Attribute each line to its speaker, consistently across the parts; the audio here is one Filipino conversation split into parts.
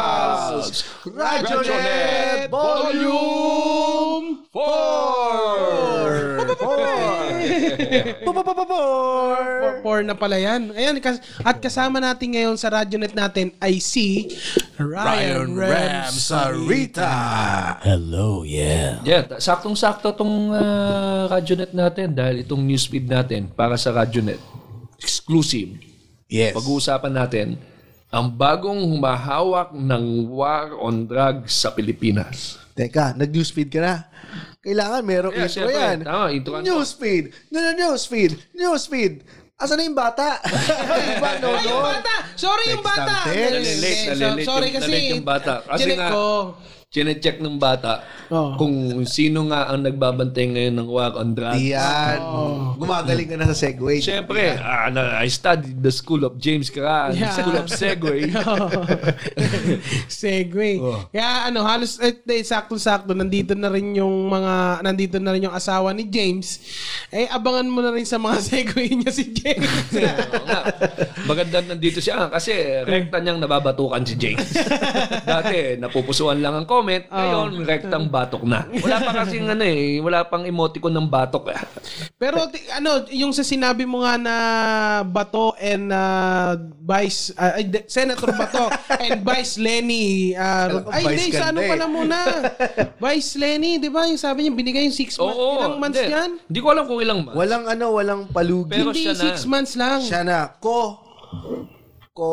Speaker 1: Loves Radyo Net Volume 4!
Speaker 2: Por, por na pala yan. Ayan, kas- at kasama natin ngayon sa radyonet natin ay si Ryan, Rams.
Speaker 1: Sarita!
Speaker 3: Hello, yeah.
Speaker 4: Yeah, ta- saktong-sakto tong uh, Radyonet natin dahil itong newsfeed natin para sa Radyonet. Exclusive.
Speaker 1: Yes.
Speaker 4: Pag-uusapan natin ang bagong humahawak ng war on drugs sa Pilipinas.
Speaker 1: Teka, nag-newsfeed ka na. Kailangan merong
Speaker 4: Yeah,
Speaker 1: intro
Speaker 4: syempre.
Speaker 1: yan.
Speaker 4: Tama, intro ka na.
Speaker 1: Newsfeed! No, no, newsfeed! Newsfeed! Asan na yung bata? Iba, no,
Speaker 2: Ay, yung
Speaker 1: no?
Speaker 2: bata! Sorry yung
Speaker 1: Text
Speaker 2: bata!
Speaker 1: ang text.
Speaker 4: Nalilate,
Speaker 2: So-
Speaker 4: nalilate
Speaker 2: Sorry
Speaker 4: yung-
Speaker 2: kasi.
Speaker 4: nalilate yung bata. Kasi
Speaker 2: Chinek
Speaker 4: nga-
Speaker 2: ko.
Speaker 4: Chinecheck ng bata
Speaker 2: Oo.
Speaker 4: kung sino nga ang nagbabantay ngayon ng war on drugs.
Speaker 1: Yan. Gumagaling ka na sa segue.
Speaker 4: Siyempre, ah, na- I studied the school of James Carran,
Speaker 2: Yeah.
Speaker 4: the school of Segway.
Speaker 2: Segway.
Speaker 4: Oh.
Speaker 2: Kaya ano, halos eh, eh, sakto-sakto nandito na rin yung mga nandito na rin yung asawa ni James. Eh abangan mo na rin sa mga segway niya si James.
Speaker 4: Oo nga. Maganda nandito siya ah, kasi rekta niyang nababatukan si James. Dati, napupusuan lang ang comment. Ngayon, rektang batok na. Wala pa kasing ano eh, wala pang emoticon ng batok eh.
Speaker 2: Pero ti- ano, yung sa sinabi mo nga na Bato and uh, Vice ah, ay, de- Senator Bato and Vice Lenny ah,
Speaker 1: Alam ko,
Speaker 2: ay
Speaker 1: Vice
Speaker 2: hindi
Speaker 1: ka
Speaker 2: sa ano
Speaker 1: na eh.
Speaker 2: pala muna. Vice Lenny, 'di ba? Yung sabi niya binigay yung 6 months,
Speaker 4: Oo.
Speaker 2: ilang months
Speaker 4: hindi.
Speaker 2: 'yan?
Speaker 4: Hindi ko alam kung ilang months.
Speaker 1: Walang ano, walang palugi.
Speaker 4: Pero
Speaker 2: hindi
Speaker 4: siya na.
Speaker 2: 6 months lang.
Speaker 1: Siya na. Ko. Ko.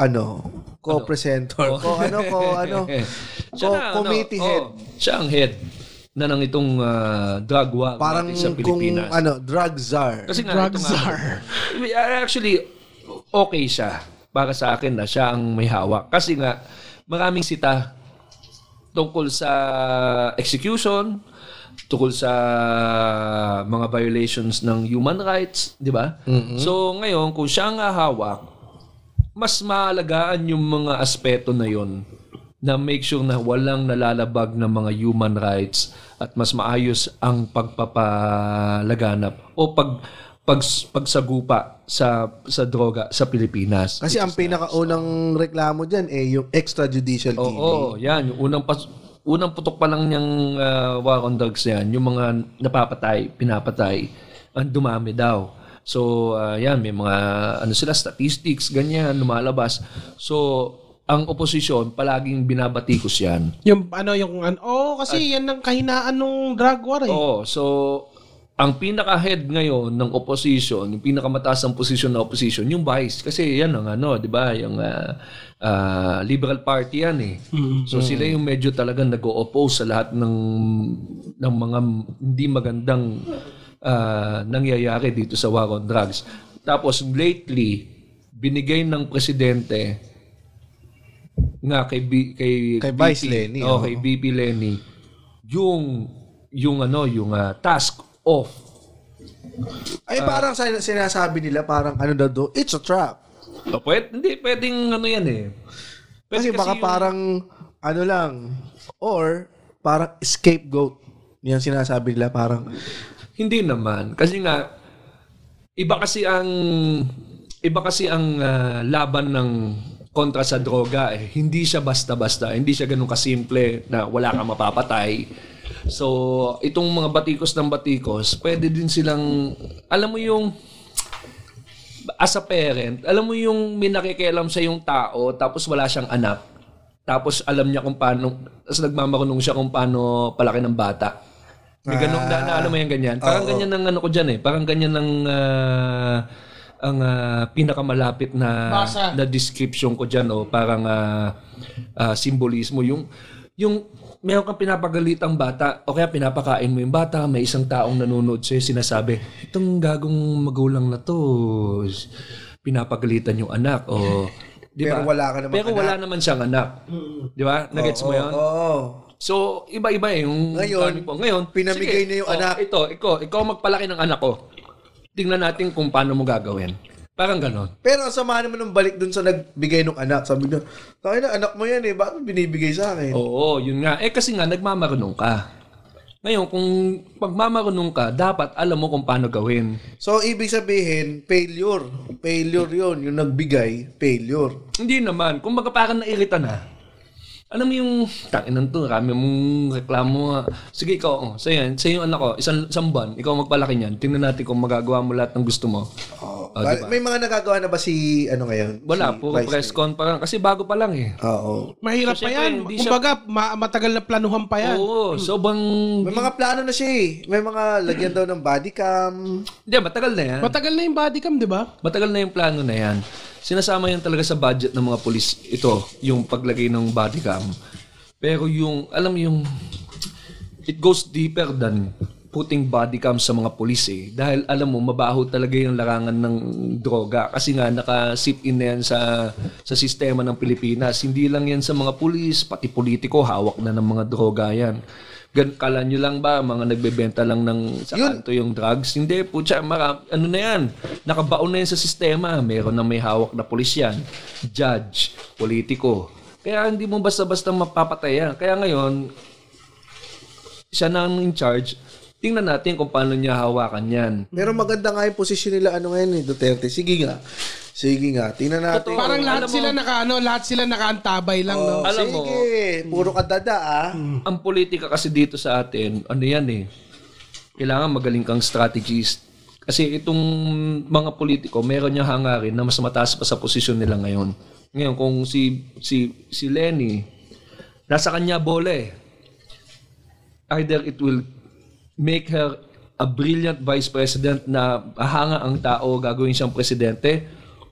Speaker 1: Ano? Ko-presenter. Ko ano, ko ano.
Speaker 4: Eh, Siya
Speaker 1: Ko
Speaker 4: na, ano,
Speaker 1: committee
Speaker 4: oo,
Speaker 1: head.
Speaker 4: siya ang head na ng itong ah, drug war
Speaker 1: Parang
Speaker 4: natin sa
Speaker 1: kung
Speaker 4: Pilipinas.
Speaker 1: ano, drug czar.
Speaker 4: Kasi nga,
Speaker 2: Drug
Speaker 4: ito nga,
Speaker 2: czar.
Speaker 4: Ah, Actually, okay siya. Para sa akin na siya ang may hawak. Kasi nga, maraming sita tungkol sa execution, tungkol sa mga violations ng human rights, di ba? So, ngayon, kung siya ang hawak, mas maalagaan yung mga aspeto na yon na make sure na walang nalalabag ng mga human rights at mas maayos ang pagpapalaganap o pag, pag pagsagupa sa sa droga sa Pilipinas.
Speaker 1: Kasi ang pinakaunang reklamo dyan eh, yung extrajudicial
Speaker 4: Oo,
Speaker 1: killing.
Speaker 4: yan. Yung unang pas, unang putok pa lang niyang ah, war on drugs yan, yung mga napapatay, pinapatay, ang dumami daw. So, ah, yan, may mga, ano sila, statistics, ganyan, lumalabas. So, ang oposisyon, palaging binabatikos yan.
Speaker 2: Yung ano yung ano, oh kasi yan ang kahinaan ng drug war eh.
Speaker 4: Oo, so ang pinaka-head ngayon ng opposition, yung pinakamataas ang posisyon ng opposition, yung vice. Kasi yan ang ano, di ba, yung ah, ah, liberal party yan eh. So sila yung medyo talagang nag-o-oppose sa lahat ng, ng mga hindi magandang ah, nangyayari dito sa war on drugs. Tapos lately, binigay ng presidente nga kay B- kay
Speaker 1: Kay Vice Lenny,
Speaker 4: Oh,
Speaker 1: oo.
Speaker 4: kay BP Lenny. Yung yung ano, yung ah, task off.
Speaker 1: Ay
Speaker 4: ah.
Speaker 1: parang sin- sinasabi nila, parang ano daw do, it's a trap.
Speaker 4: O, pwede, hindi pwedeng ano 'yan eh.
Speaker 1: Kasi, baka parang ano lang, or parang scapegoat. Yan sinasabi nila, parang
Speaker 4: Hindi naman kasi nga iba kasi ang iba kasi ang ah, laban ng kontra sa droga eh. Hindi siya basta-basta, hindi siya ganun kasimple na wala kang mapapatay. So, itong mga batikos ng batikos, pwede din silang alam mo yung as a parent, alam mo yung may nakikialam sa yung tao tapos wala siyang anak. Tapos alam niya kung paano, tapos nagmamarunong siya kung paano palaki ng bata. May ganun, na, na, alam mo yung ganyan. Parang ganyan ang ano ko dyan eh. Parang ganyan ang, ah, ang ah, pinakamalapit na,
Speaker 2: Basa.
Speaker 4: na description ko dyan. Oh. Parang ah, ah, simbolismo. Yung, yung meron kang pinapagalitang bata o kaya pinapakain mo yung bata, may isang taong nanonood sa'yo, sinasabi, itong gagong magulang na to, s- pinapagalitan yung anak. O, di
Speaker 1: Pero
Speaker 4: ba?
Speaker 1: wala ka namang
Speaker 4: Pero wala naman siyang anak. Di ba? Nagets mo yun?
Speaker 1: Oo.
Speaker 4: So, iba-iba eh. Yung
Speaker 1: Ngayon,
Speaker 4: dami po. Ngayon,
Speaker 1: pinamigay
Speaker 4: sige,
Speaker 1: niya yung
Speaker 4: oh,
Speaker 1: anak.
Speaker 4: Ito, ikaw, ikaw ang magpalaki ng anak ko. Tingnan natin kung paano mo gagawin. Parang ganon.
Speaker 1: Pero ang sama naman ng balik dun sa nagbigay ng anak. Sabi niya,
Speaker 4: Oh.
Speaker 1: tayo na, anak mo yan eh. Bakit binibigay sa akin?
Speaker 4: Oo, yun nga. Eh kasi nga, nagmamarunong ka. Ngayon, kung pagmamarunong ka, dapat alam mo kung paano gawin.
Speaker 1: So, ibig sabihin, failure. Failure yon Yung nagbigay, failure.
Speaker 4: Hindi naman. Kung baga parang nairita na. Alam mo yung, tanginan to, rami mong reklamo. ah. Sige, ikaw, oh, sa yan, sa yung anak ko, isang, isang buwan, ikaw magpalaki niyan. Tingnan natin kung magagawa mo lahat ng gusto mo.
Speaker 1: Oh, ba- May mga nagagawa na ba si, ano ngayon?
Speaker 4: diba? Wala,
Speaker 1: si
Speaker 4: puro
Speaker 1: Vice
Speaker 4: press con pa lang. Kasi bago pa lang eh.
Speaker 1: Oo.
Speaker 2: Mahirap pa
Speaker 4: So, syempre,
Speaker 2: yan.
Speaker 4: eh, hindi siya-
Speaker 2: Kumbaga, ma- matagal na planuhan pa yan.
Speaker 4: Oo, sobrang...
Speaker 1: May mga plano na siya eh. May mga lagyan daw ng body cam.
Speaker 4: Hindi, matagal na yan.
Speaker 2: Matagal na yung body cam, di ba?
Speaker 4: Matagal na yung plano na yan. Sinasama yan talaga sa budget ng mga pulis. Ito, yung paglagay ng body cam. Pero yung, alam mo yung, it goes deeper than putting body cam sa mga pulis eh. Dahil alam mo, mabaho talaga yung larangan ng droga. Kasi nga, naka-sip in na yan sa, sa sistema ng Pilipinas. Hindi lang yan sa mga pulis, pati politiko, hawak na ng mga droga yan. Gan, kala nyo lang ba, mga nagbebenta lang ng sa kanto yung drugs? Hindi, putya, mara, ano na yan? Nakabaon na yan sa sistema. Meron na may hawak na pulis yan. Judge, politiko. Kaya hindi mo basta-basta mapapatay yan. Kaya ngayon, siya na ang in charge, tingnan natin kung paano niya hawakan yan.
Speaker 1: Pero maganda nga yung posisyon nila ano ngayon eh, Duterte. Sige nga. Sige nga. Tingnan natin. Oh,
Speaker 2: Parang lahat sila naka ano, lahat sila nakaantabay lang, no?
Speaker 4: Alam mo, Hmm.
Speaker 1: Sige. Puro kadada ah.
Speaker 4: ang politika kasi dito sa atin, ano yan eh, kailangan magaling kang strategist. Kasi itong mga politiko, meron niya hangarin na mas mataas pa sa posisyon nila ngayon. Ngayon, kung si, si, si Lenny, nasa kanya bola eh. Either it will make her a brilliant vice president na hanga ang tao, gagawin siyang presidente,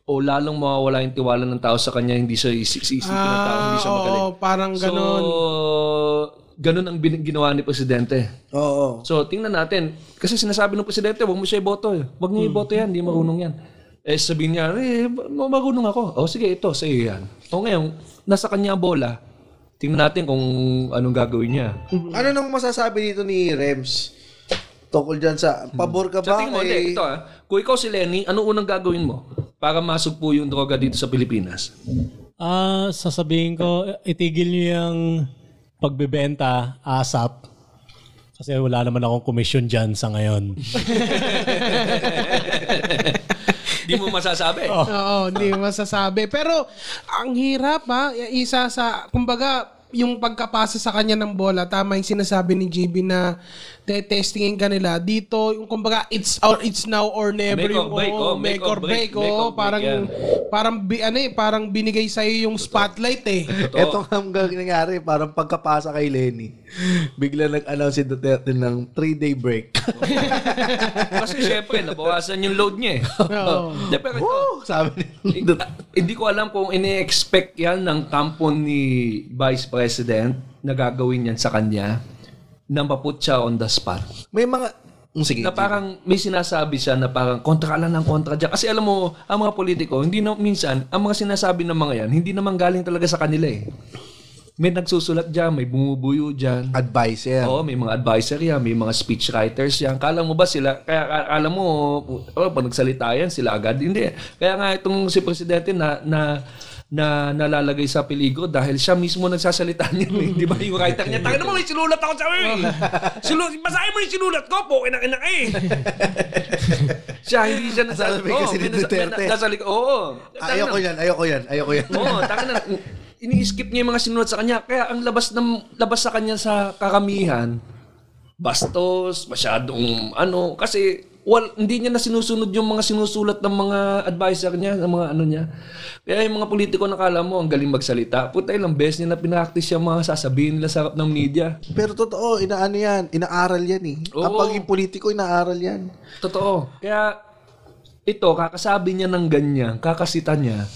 Speaker 4: o lalong mawawala yung tiwala ng tao sa kanya, hindi siya isi- isipin ng tao, hindi
Speaker 2: Ah,
Speaker 4: siya magaling.
Speaker 2: oo, parang ganun.
Speaker 4: So, ganun ang bin- ginawa ni Presidente.
Speaker 1: Oo.
Speaker 4: So, tingnan natin. Kasi sinasabi ng Presidente, huwag mo siya iboto. eh. Huwag niyo iboto yan, hindi marunong yan. Eh, sabihin niya, eh, ma- marunong ako. O, "Oh, sige, ito, sa iyo yan. O ngayon, nasa kanya ang bola. Tingnan natin kung anong gagawin niya.
Speaker 1: Ano nang masasabi dito ni Rems? Tungkol dyan sa pabor ka
Speaker 4: Mm. Sa
Speaker 1: ba?
Speaker 4: tingin mo,
Speaker 1: kay-
Speaker 4: hindi, ito ah. Kung ikaw si Lenny, ano unang gagawin mo para masugpo yung droga dito sa Pilipinas?
Speaker 5: Ah, sasabihin ko, itigil niyo yung pagbebenta ASAP. Kasi wala naman akong commission dyan sa ngayon.
Speaker 4: Hindi mo masasabi.
Speaker 2: Oo, hindi masasabi. Pero ang hirap ha, isa sa, kumbaga, yung pagkapasa sa kanya ng bola, tama yung sinasabi ni JB na testingin ka nila. Dito, yung kumbaga, it's or it's now or never.
Speaker 4: Make or
Speaker 2: yung,
Speaker 4: break,
Speaker 2: oo,
Speaker 4: oh, make or break,
Speaker 2: oo.
Speaker 4: make
Speaker 2: oh.
Speaker 4: or break
Speaker 2: parang,
Speaker 4: yan.
Speaker 2: parang, bi, ano eh, parang binigay sa'yo yung spotlight eh.
Speaker 1: Ito nga ang gag- nangyari, parang pagkapasa kay Lenny, bigla nag-announce si Duterte ng three-day break.
Speaker 4: Kasi syempre, nabawasan yung load niya eh.
Speaker 2: Oo.
Speaker 4: Hindi, pero ito,
Speaker 1: Woo! Sabi ni
Speaker 4: Ah, hindi ko alam kung ini-expect yan ng kampo ni Vice President na gagawin yan sa kanya na maput siya on the spot.
Speaker 1: May mga... Mm, Sige.
Speaker 4: Na parang may sinasabi siya na parang kontra ka lang ng kontra dyan. Kasi alam mo, ang mga politiko, hindi na minsan, ang mga sinasabi ng mga yan, hindi naman galing talaga sa kanila eh. May nagsusulat dyan, may bumubuyo dyan.
Speaker 1: Advice yan.
Speaker 4: Oo, may mga adviser yan, may mga speech writers yan. Kala mo ba sila, kaya ka- kala mo, oh, pag nagsalita yan, sila agad. Hindi. Kaya nga itong si Presidente na, na, na nalalagay sa peligro dahil siya mismo nagsasalita niya. eh. Di ba yung writer niya? Taka naman, may sinulat ako sa eh. Sinulat, basahin mo yung sinulat ko, po, ina ina eh. siya, hindi siya nagsasalita.
Speaker 1: Sabi kasi ni Duterte.
Speaker 4: Oo.
Speaker 1: Ah, Ayoko yan, ayoko yan, ayoko yan.
Speaker 4: Oo, tanga na. Ini-skip niya yung mga sinulat sa kanya. Kaya ang labas ng labas sa kanya sa karamihan, bastos, masyadong ano, kasi wal, hindi niya na sinusunod yung mga sinusulat ng mga advisor niya, ng mga ano niya. Kaya yung mga politiko nakala mo, ang galing magsalita. Puta, ilang beses niya na pinractice yung mga sasabihin nila sa harap ng media.
Speaker 1: Pero totoo, inaano yan, inaaral yan eh. Ang
Speaker 4: Oo.
Speaker 1: pagiging politiko, inaaral yan.
Speaker 4: Totoo. Kaya ito, kakasabi niya ng ganyan, kakasita niya,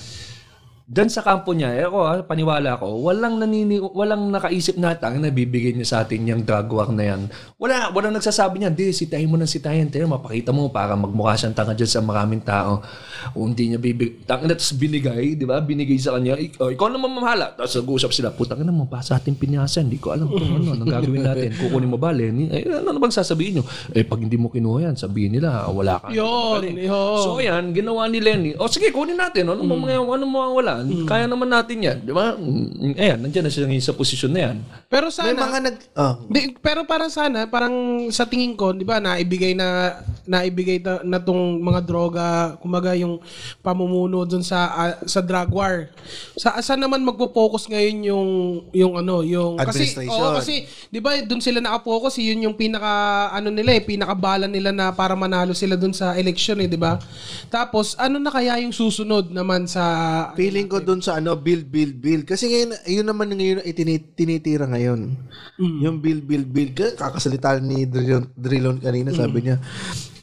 Speaker 4: dan sa kampo niya, eh ako, ah, paniwala ko, walang nanini, walang nakaisip nata na bibigyan niya sa atin yung drug war na yan. Wala, walang nagsasabi niya, di, sitayin mo ng sitayin, tayo, mapakita mo para magmukha siyang tanga dyan sa maraming tao. O hindi niya bibig, tanga na, tapos binigay, di ba, binigay sa kanya, Ik- oh, ikaw naman mamahala. Tapos nag-usap sila, putang na mo, pa sa ating pinyasa, hindi ko alam kung ano, anong gagawin natin, kukunin mo ba, Lenny? Eh, ano na bang sasabihin niyo? Eh, pag hindi mo kinuha yan, sabihin nila, wala ka.
Speaker 2: Yun, yun.
Speaker 4: Oh, So yan, ginawa ni Lenny. O sige, kunin natin. Ano mo mga ano mo ang wala? nila. Kaya naman natin yan. Di ba? Mm, Ayan, nandiyan na siya ngayon sa posisyon na yan.
Speaker 2: Pero
Speaker 1: May
Speaker 2: sana,
Speaker 1: mga nag... Oh.
Speaker 2: Di- pero parang sana, parang sa tingin ko, 'di ba, naibigay na naibigay na, na tong mga droga, kumaga yung pamumuno dun sa ah, sa drug war. Sa saan naman magpo-focus ngayon yung yung ano, yung kasi
Speaker 1: Administration.
Speaker 2: oo, kasi 'di ba, dun sila nakapokus, eh, yun yung pinaka ano nila eh, pinakabala nila na para manalo sila dun sa election eh, 'di ba? Tapos ano na kaya yung susunod naman sa
Speaker 1: Feeling ko dun sa ano, build, build, build. Kasi ngayon, yun naman ngayon ang itini- tinitira ngayon. Yung build, build, build. K- Kakasalita ni Drillon, Drillon kanina, sabi niya,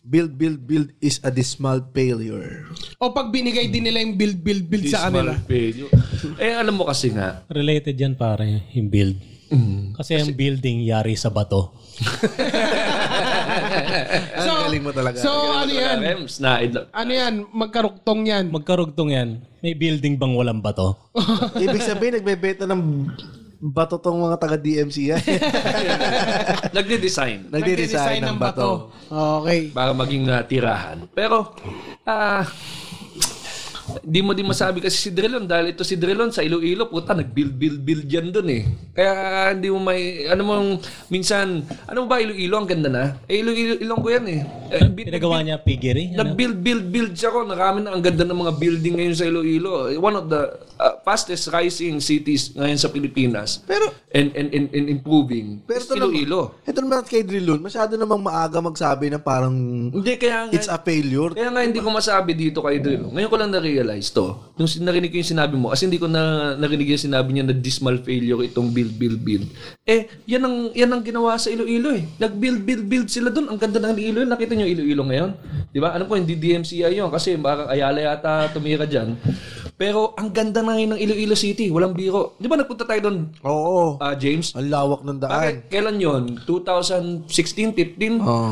Speaker 1: build, build, build is a dismal failure.
Speaker 2: o pag binigay din nila yung build build build sa
Speaker 4: Dismal
Speaker 2: kanila.
Speaker 4: value. Eh, alam mo kasi nga,
Speaker 5: Related yan pare, yung build. Kasi yung building yari sa bato.
Speaker 1: Ang galing mo talaga.
Speaker 2: So ano yan?
Speaker 4: Rems, na,
Speaker 2: Ano yan? Magkaruktong yan.
Speaker 5: Magkarugtong yan. May building bang walang bato?
Speaker 1: Ibig sabihin, nagbebenta ng bato tong mga taga-DMC yan.
Speaker 4: nagde-design.
Speaker 1: Nagde-design ng bato.
Speaker 2: Okay.
Speaker 4: para maging uh, tirahan. Pero, ah, di mo din masabi kasi si Drillon dahil ito si Drillon sa Iloilo puta nag-build build build yan doon eh. Kaya hindi mo may ano mong minsan ano ba Iloilo ang ganda na? Eh Iloilo Ilonggo yan eh. eh bi-
Speaker 5: Pinagawa niya piggery. Ano?
Speaker 4: Nag-build, build, build siya ko. Nakami na ang ganda ng mga building ngayon sa Iloilo. One of the uh, fastest rising cities ngayon sa Pilipinas.
Speaker 1: Pero-
Speaker 4: and, and, and, and improving.
Speaker 1: Pero
Speaker 4: is
Speaker 1: ito naman-
Speaker 4: Iloilo.
Speaker 1: Ito naman kay Drillon, masyado namang maaga magsabi na parang
Speaker 4: Hindi, kaya nga-
Speaker 1: it's a failure.
Speaker 4: Kaya nga hindi ko masabi dito kay Drill. Ngayon ko lang na-realize to. Nung sin- narinig ko yung sinabi mo, kasi hindi ko na narinig yung sinabi niya na dismal failure itong build, build, build. Eh, yan ang, yan ang ginawa sa Iloilo eh. Nag-build, build, build sila doon. Ang ganda ng Iloilo. Nakita niyo yung Iloilo ngayon? Di ba? Ano ko, hindi DMCI yun. Kasi parang Ayala yata tumira dyan. Pero ang ganda na ngayon ng Iloilo City. Walang biro. Di ba nagpunta tayo doon,
Speaker 1: Oo.
Speaker 4: ah, James?
Speaker 1: Ang lawak ng daan.
Speaker 4: Bakit? Kailan yon? 2016, 15?
Speaker 1: Oo.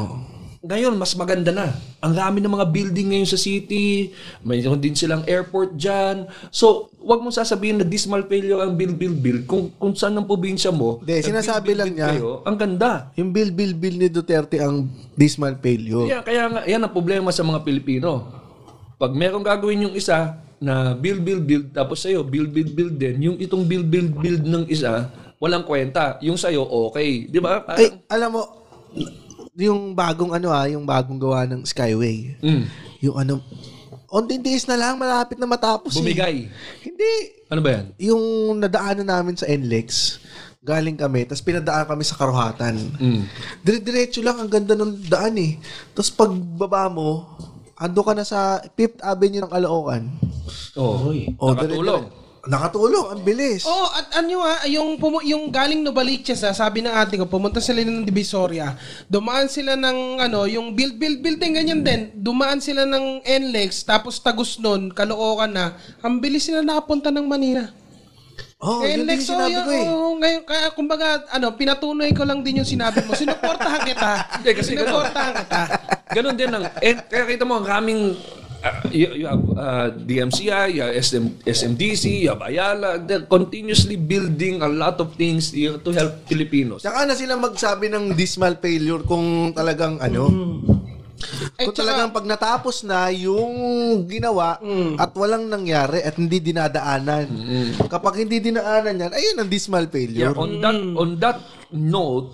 Speaker 4: ngayon mas maganda na. Ang dami ng mga building ngayon sa city, mayroon din silang airport diyan. So, wag mong sasabihin na dismal failure ang build build build kung kung saan ang probinsya mo.
Speaker 1: Hindi, sinasabi lang niya,
Speaker 4: Kayo, ang ganda.
Speaker 1: yung bill, bill, bill ni Duterte ang dismal failure.
Speaker 4: Kaya, kaya nga, yan ang problema sa mga Pilipino. Pag merong gagawin yung isa na build build build tapos sa'yo build build build din, yung itong build build build ng isa walang kwenta. Yung sa'yo, okay. Di
Speaker 1: Ay,
Speaker 4: ba? Parang-
Speaker 1: alam mo, yung bagong ano ah, yung bagong gawa ng Skyway.
Speaker 4: Mm.
Speaker 1: Yung ano, onting days na lang, malapit na matapos. eh.
Speaker 4: bumigay.
Speaker 1: Hindi.
Speaker 4: Ano ba yan?
Speaker 1: Yung nadaanan namin sa NLEX, galing kami, tapos pinadaan kami sa Karuhatan.
Speaker 4: Mm.
Speaker 1: Dire-diretso lang, ang ganda ng daan eh. Tapos pagbaba mo, ando ka na sa 5th Avenue ng Caloocan.
Speaker 4: Oh,
Speaker 1: O,
Speaker 4: nakatulong.
Speaker 1: dire-dire- Nakatulong, ang bilis.
Speaker 2: Oh, at ano ha, yung, pumu- yung galing Novaliches ha, sabi ng ate ko, pumunta sila ng Divisoria. Dumaan sila ng, ano, yung build, build, building, ganyan din. Dumaan sila ng NLEX, tapos tagus nun, kalookan na. Ang bilis sila nakapunta ng Manila.
Speaker 1: Oh, yun din
Speaker 2: NLEX,
Speaker 1: yung
Speaker 2: oh,
Speaker 1: sinabi
Speaker 2: yun,
Speaker 1: ko eh.
Speaker 2: oh, ngayon, kaya, kumbaga, ano, pinatunoy ko lang din yung sinabi mo. Sinuportahan kita.
Speaker 4: Hindi, kasi ganun.
Speaker 2: Sinuportahan kita.
Speaker 4: Ganon din ang eh, kaya kita mo ang raming ah, you, you have ah, DMCI, you have SM, SMDC, you have Ayala, they're continuously building a lot of things here to help Filipinos.
Speaker 1: Tsaka na sila magsabi ng dismal failure kung talagang ano.
Speaker 2: Mm-hmm. Eh,
Speaker 1: Kung
Speaker 2: tsaka-
Speaker 1: talagang pag natapos na yung ginawa
Speaker 2: Mm.
Speaker 1: at walang nangyari at hindi dinadaanan.
Speaker 2: Mm-hmm.
Speaker 1: Kapag hindi dinaanan yan, ayun ang dismal
Speaker 4: Yeah,
Speaker 1: failure.
Speaker 4: on that on that note,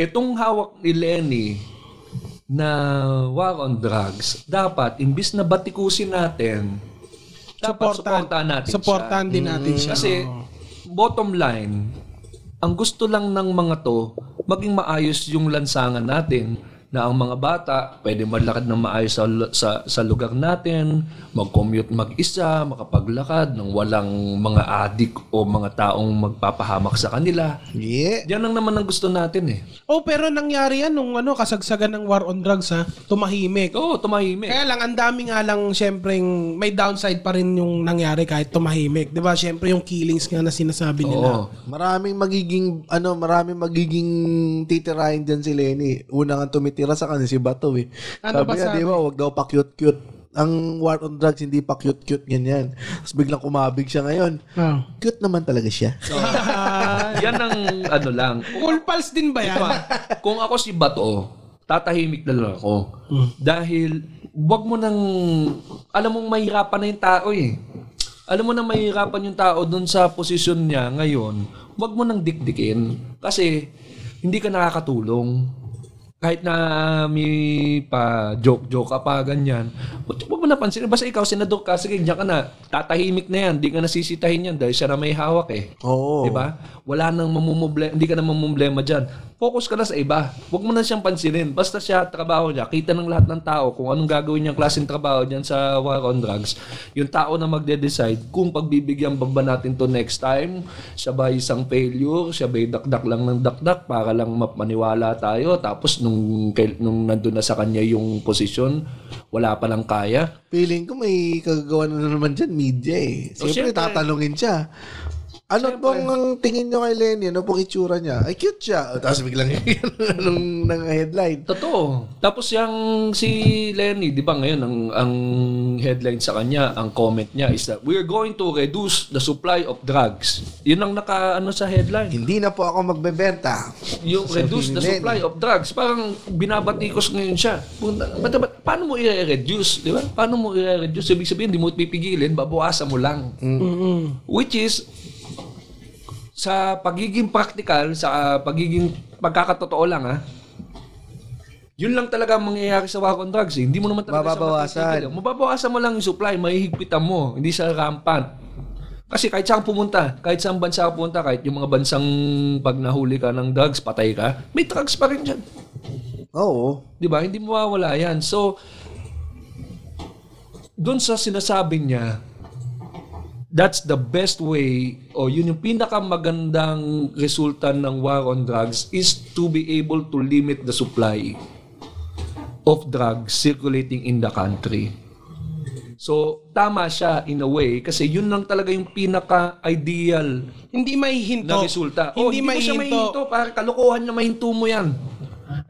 Speaker 4: itong hawak ni Lenny na war on drugs, dapat imbis na batikusin natin, dapat suportahan natin siya.
Speaker 2: Suportahan din
Speaker 1: Mm.
Speaker 2: natin siya.
Speaker 4: Kasi bottom line, ang gusto lang ng mga to, maging maayos yung lansangan natin na ang mga bata pwede maglakad ng maayos sa, sa, sa lugar natin, mag-commute mag-isa, makapaglakad ng walang mga adik o mga taong magpapahamak sa kanila.
Speaker 1: Yeah.
Speaker 4: Yan ang naman ang gusto natin eh.
Speaker 2: Oh, pero nangyari yan nung ano, kasagsagan ng war on drugs ha. Tumahimik.
Speaker 4: Oo, tumahimik.
Speaker 2: Kaya lang, ang dami nga lang, syempreng, may downside pa rin yung nangyari kahit tumahimik. Di ba? Syempre, yung killings nga na sinasabi nila.
Speaker 4: Oo.
Speaker 1: Maraming magiging ano, maraming magiging titirahin diyan si Lenny. Una nga tumitira sa kanya si Bato eh.
Speaker 2: Ano ba
Speaker 1: sabi niya,
Speaker 2: sabi?
Speaker 1: di ba, wag daw pa cute-cute. Ang war on drugs hindi pa cute-cute ganyan. Tapos biglang kumabig siya ngayon.
Speaker 2: Oh.
Speaker 1: Cute naman talaga siya.
Speaker 4: Yan ang ano lang.
Speaker 2: Full pulse din ba
Speaker 4: Diba?
Speaker 2: yan?
Speaker 4: kung ako si Bato, tatahimik na lang ako. Dahil, wag mo nang, alam mong mahirapan na yung tao eh. alam mo na mahirapan yung tao dun sa posisyon niya ngayon, wag mo nang dikdikin. Kasi, hindi ka nakakatulong. Kahit na may pa joke-joke ka pa, ganyan. Ba't mo ba napansin? Basta ikaw, senador ka, sige, diyan ka na. Tatahimik na yan. Hindi ka nasisitahin yan dahil siya na may hawak eh.
Speaker 1: Oo.
Speaker 4: Di ba? diba? Wala nang mamumble, hindi ka na mamumblema diyan. Focus ka na sa iba. Huwag mo na siyang pansinin. Basta siya trabaho niya, kita ng lahat ng tao kung anong gagawin niyang klaseng trabaho diyan sa War on Drugs. Yung tao na magde-decide kung pagbibigyan ba ba natin to next time, siya ba isang failure, siya ba dakdak lang ng dakdak para lang map- maniwala tayo tapos nung kail- nung nandun na sa kanya yung posisyon, wala pa lang kaya.
Speaker 1: Feeling ko may kagagawa na naman dyan, media eh. Siyempre,
Speaker 4: So, Oh, syempre.
Speaker 1: tatanungin siya. Ano pong ang tingin nyo kay Lenny? Ano pong itsura niya? Ay, cute siya. O, Tapos biglang nung ng headline.
Speaker 4: Totoo. Tapos yung si Lenny, di ba ngayon, ang, ang headline sa kanya, ang comment niya is that, we're going to reduce the supply of drugs. Yun ang naka, ano sa headline.
Speaker 1: Hindi na po ako magbebenta.
Speaker 4: Yung reduce
Speaker 1: ni
Speaker 4: the
Speaker 1: Lenny.
Speaker 4: supply of drugs. Parang binabatikos ngayon siya. Punta, ba't, ba't, paano mo i-reduce? Di ba? Paano mo i-reduce? Ibig sabihin, di mo pipigilin, babawasan mo lang.
Speaker 1: Mm.
Speaker 4: Which is, sa pagiging practical, sa ah, pagiging pagkakatotoo lang ah, yun lang talaga ang mangyayari sa war on drugs. eh. Hindi mo naman talaga
Speaker 1: Mababawasan.
Speaker 4: siya matitigil. eh. Mababawasan mo lang yung supply, mahihigpitan mo, hindi siya rampant. Kasi kahit saan pumunta, kahit saan bansa ka pumunta, kahit yung mga bansang pag nahuli ka ng drugs, patay ka, may drugs pa rin dyan.
Speaker 1: Oo.
Speaker 4: Di ba? Hindi mawawala yan. So, doon sa sinasabi niya, that's the best way o yun yung pinakamagandang resulta ng war on drugs is to be able to limit the supply of drugs circulating in the country. So, tama siya in a way kasi yun lang talaga yung pinaka-ideal
Speaker 2: Hindi may
Speaker 4: na
Speaker 2: hinto.
Speaker 4: resulta.
Speaker 2: Hindi,
Speaker 4: Oh, hindi, mo siya
Speaker 2: may
Speaker 4: mahinto.
Speaker 2: hinto.
Speaker 4: Para kalokohan na mahinto mo yan.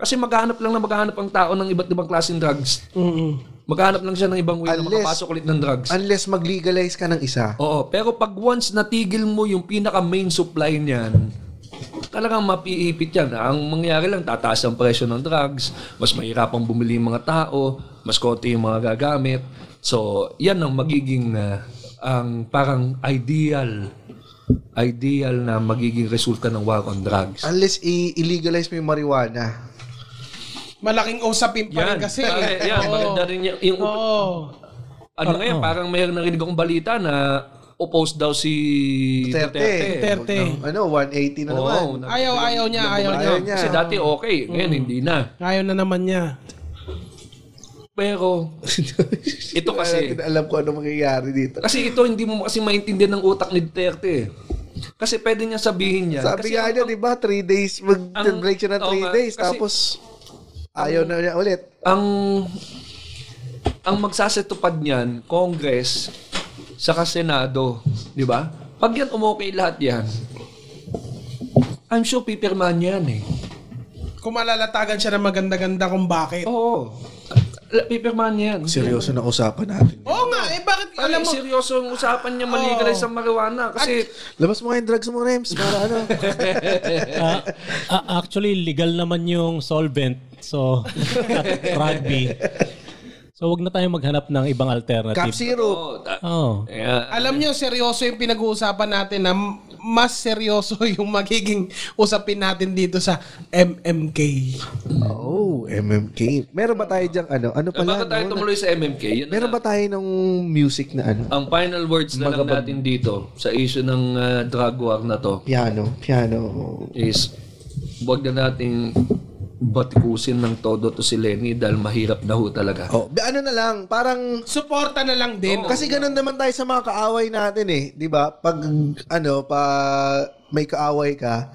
Speaker 4: Kasi maghahanap lang na maghahanap ang tao ng iba't ibang klaseng drugs. Maghahanap lang siya ng ibang way na
Speaker 1: Unless-
Speaker 4: makapasok ulit ng drugs.
Speaker 1: Unless mag-legalize ka ng isa.
Speaker 4: Oo, pero pag once natigil mo yung pinaka main supply niyan, talagang mapiipit yan. Ang mangyari lang, tataas ang presyo ng drugs, mas mahirapang bumili yung mga tao, mas konti yung mga gagamit. So, yan ang magiging ah, ang parang ideal ideal na magiging resulta ng war on drugs.
Speaker 2: Ano
Speaker 1: Unless i- legalize mo yung marijuana.
Speaker 2: Malaking usapin pa rin
Speaker 4: Yan,
Speaker 2: kasi. eh.
Speaker 4: pare, yan,
Speaker 2: Oo.
Speaker 4: maganda rin yung, yung
Speaker 2: Oo.
Speaker 4: ano ngayon, parang may narinig akong balita na opposed daw si
Speaker 1: Duterte.
Speaker 4: Duterte.
Speaker 2: Duterte.
Speaker 1: Ano, 180 na naman.
Speaker 4: Eh. Oo, nag-
Speaker 2: Ayaw, ayaw niya, ayaw niya.
Speaker 1: Ayaw niya.
Speaker 4: Kasi dati okay, ngayon
Speaker 1: Mm.
Speaker 4: hindi na.
Speaker 2: Ayaw na naman niya.
Speaker 4: Pero ito kasi,
Speaker 1: Kaya alam ko ano mangyayari dito.
Speaker 4: kasi ito hindi mo kasi maintindihan ng utak ni Duterte. eh. Kasi pwede niya sabihin yan.
Speaker 1: Sabi
Speaker 4: kasi
Speaker 1: nga
Speaker 4: ang-
Speaker 1: niya, di ba, 3 days, mag-break siya ng
Speaker 4: oo
Speaker 1: 3
Speaker 4: nga,
Speaker 1: days,
Speaker 4: kasi-
Speaker 1: tapos ayaw na niya ulit.
Speaker 4: ang ang magsasetupad niyan, Congress saka Senado, 'di ba? Pag yan umokay lahat 'yan. I'm sure pipirmahan niya yan eh.
Speaker 2: Kung malalatagan siya ng maganda-ganda kung bakit.
Speaker 4: Oo. La- Pipirmahan niya yan.
Speaker 1: Seryoso na usapan natin.
Speaker 2: Oo nga, eh bakit
Speaker 4: Pare,
Speaker 2: alam mo?
Speaker 4: seryoso ang usapan niya maligalize sa marijuana kasi
Speaker 1: Labas mo nga yung drugs mo, Rems, para ano.
Speaker 5: Ah, ah, actually, legal naman yung solvent. So, at rugby. So, wag na tayo maghanap ng ibang
Speaker 1: Cap
Speaker 5: alternative.
Speaker 1: syrup.
Speaker 4: oh, ta-
Speaker 5: Oh.
Speaker 4: yeah.
Speaker 2: Alam nyo, seryoso yung pinag-uusapan natin na m- mas seryoso yung magiging usapin natin dito sa MMK.
Speaker 1: Oh, MMK. Meron ba tayo diyang ano? Ano pala?
Speaker 4: Bago tayo
Speaker 1: no?
Speaker 4: tumuloy sa MMK, yun na
Speaker 1: Meron ba tayo ng music na ano?
Speaker 4: ang final words na lang natin dito sa issue ng ah, drug war na to
Speaker 1: Piano, piano.
Speaker 4: is wag na nating batikusin ng todo to si Lenny dahil mahirap na ho talaga.
Speaker 1: Oh, ba- ano na lang, parang
Speaker 2: Suporta na lang din.
Speaker 1: Kasi ganun naman tayo sa mga kaaway natin eh, 'di ba? Pag ano, pa may kaaway ka,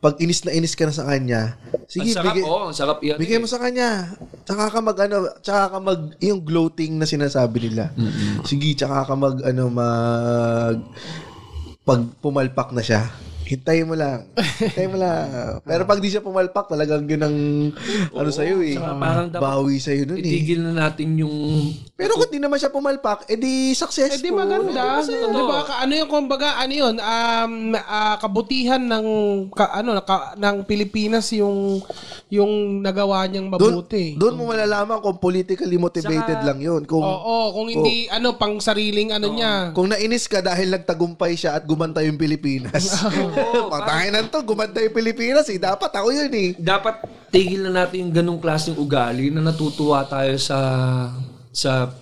Speaker 1: pag inis na inis ka na sa kanya, sige,
Speaker 4: ang sarap,
Speaker 1: bigay,
Speaker 4: oh, ang sarap yan.
Speaker 1: bigay mo sa kanya. Tsaka ka mag ano, tsaka ka mag yung gloating na sinasabi nila. Sige, tsaka ka mag ano mag pag pumalpak na siya. Hintayin mo lang. Hintayin mo lang. Pero pag di siya pumalpak, talagang yun ang ano sa'yo eh.
Speaker 4: Tsaka parang dapat
Speaker 1: Bawi sa'yo nun eh.
Speaker 4: Itigil na natin yung...
Speaker 1: Pero kung di naman siya pumalpak, edi successful.
Speaker 2: Eh di maganda.
Speaker 1: Edi masaya.
Speaker 2: Di ba? Ka- Ano yung kumbaga, ano yun, um, ah, kabutihan ng, ka, ano, ka- ng Pilipinas yung, yung nagawa niyang
Speaker 1: Doon,
Speaker 2: mabuti.
Speaker 1: doon mo malalaman kung politically motivated lang yun. Kung
Speaker 2: Oo, kung hindi, ano, pang sariling, ano niya.
Speaker 1: kung nainis ka dahil nagtagumpay siya at gumanta yung Pilipinas. Patahinan to, gumanta yung Pilipinas eh. Dapat ako yun eh.
Speaker 4: Dapat tigil na natin yung ganong klaseng ugali na natutuwa tayo sa... sa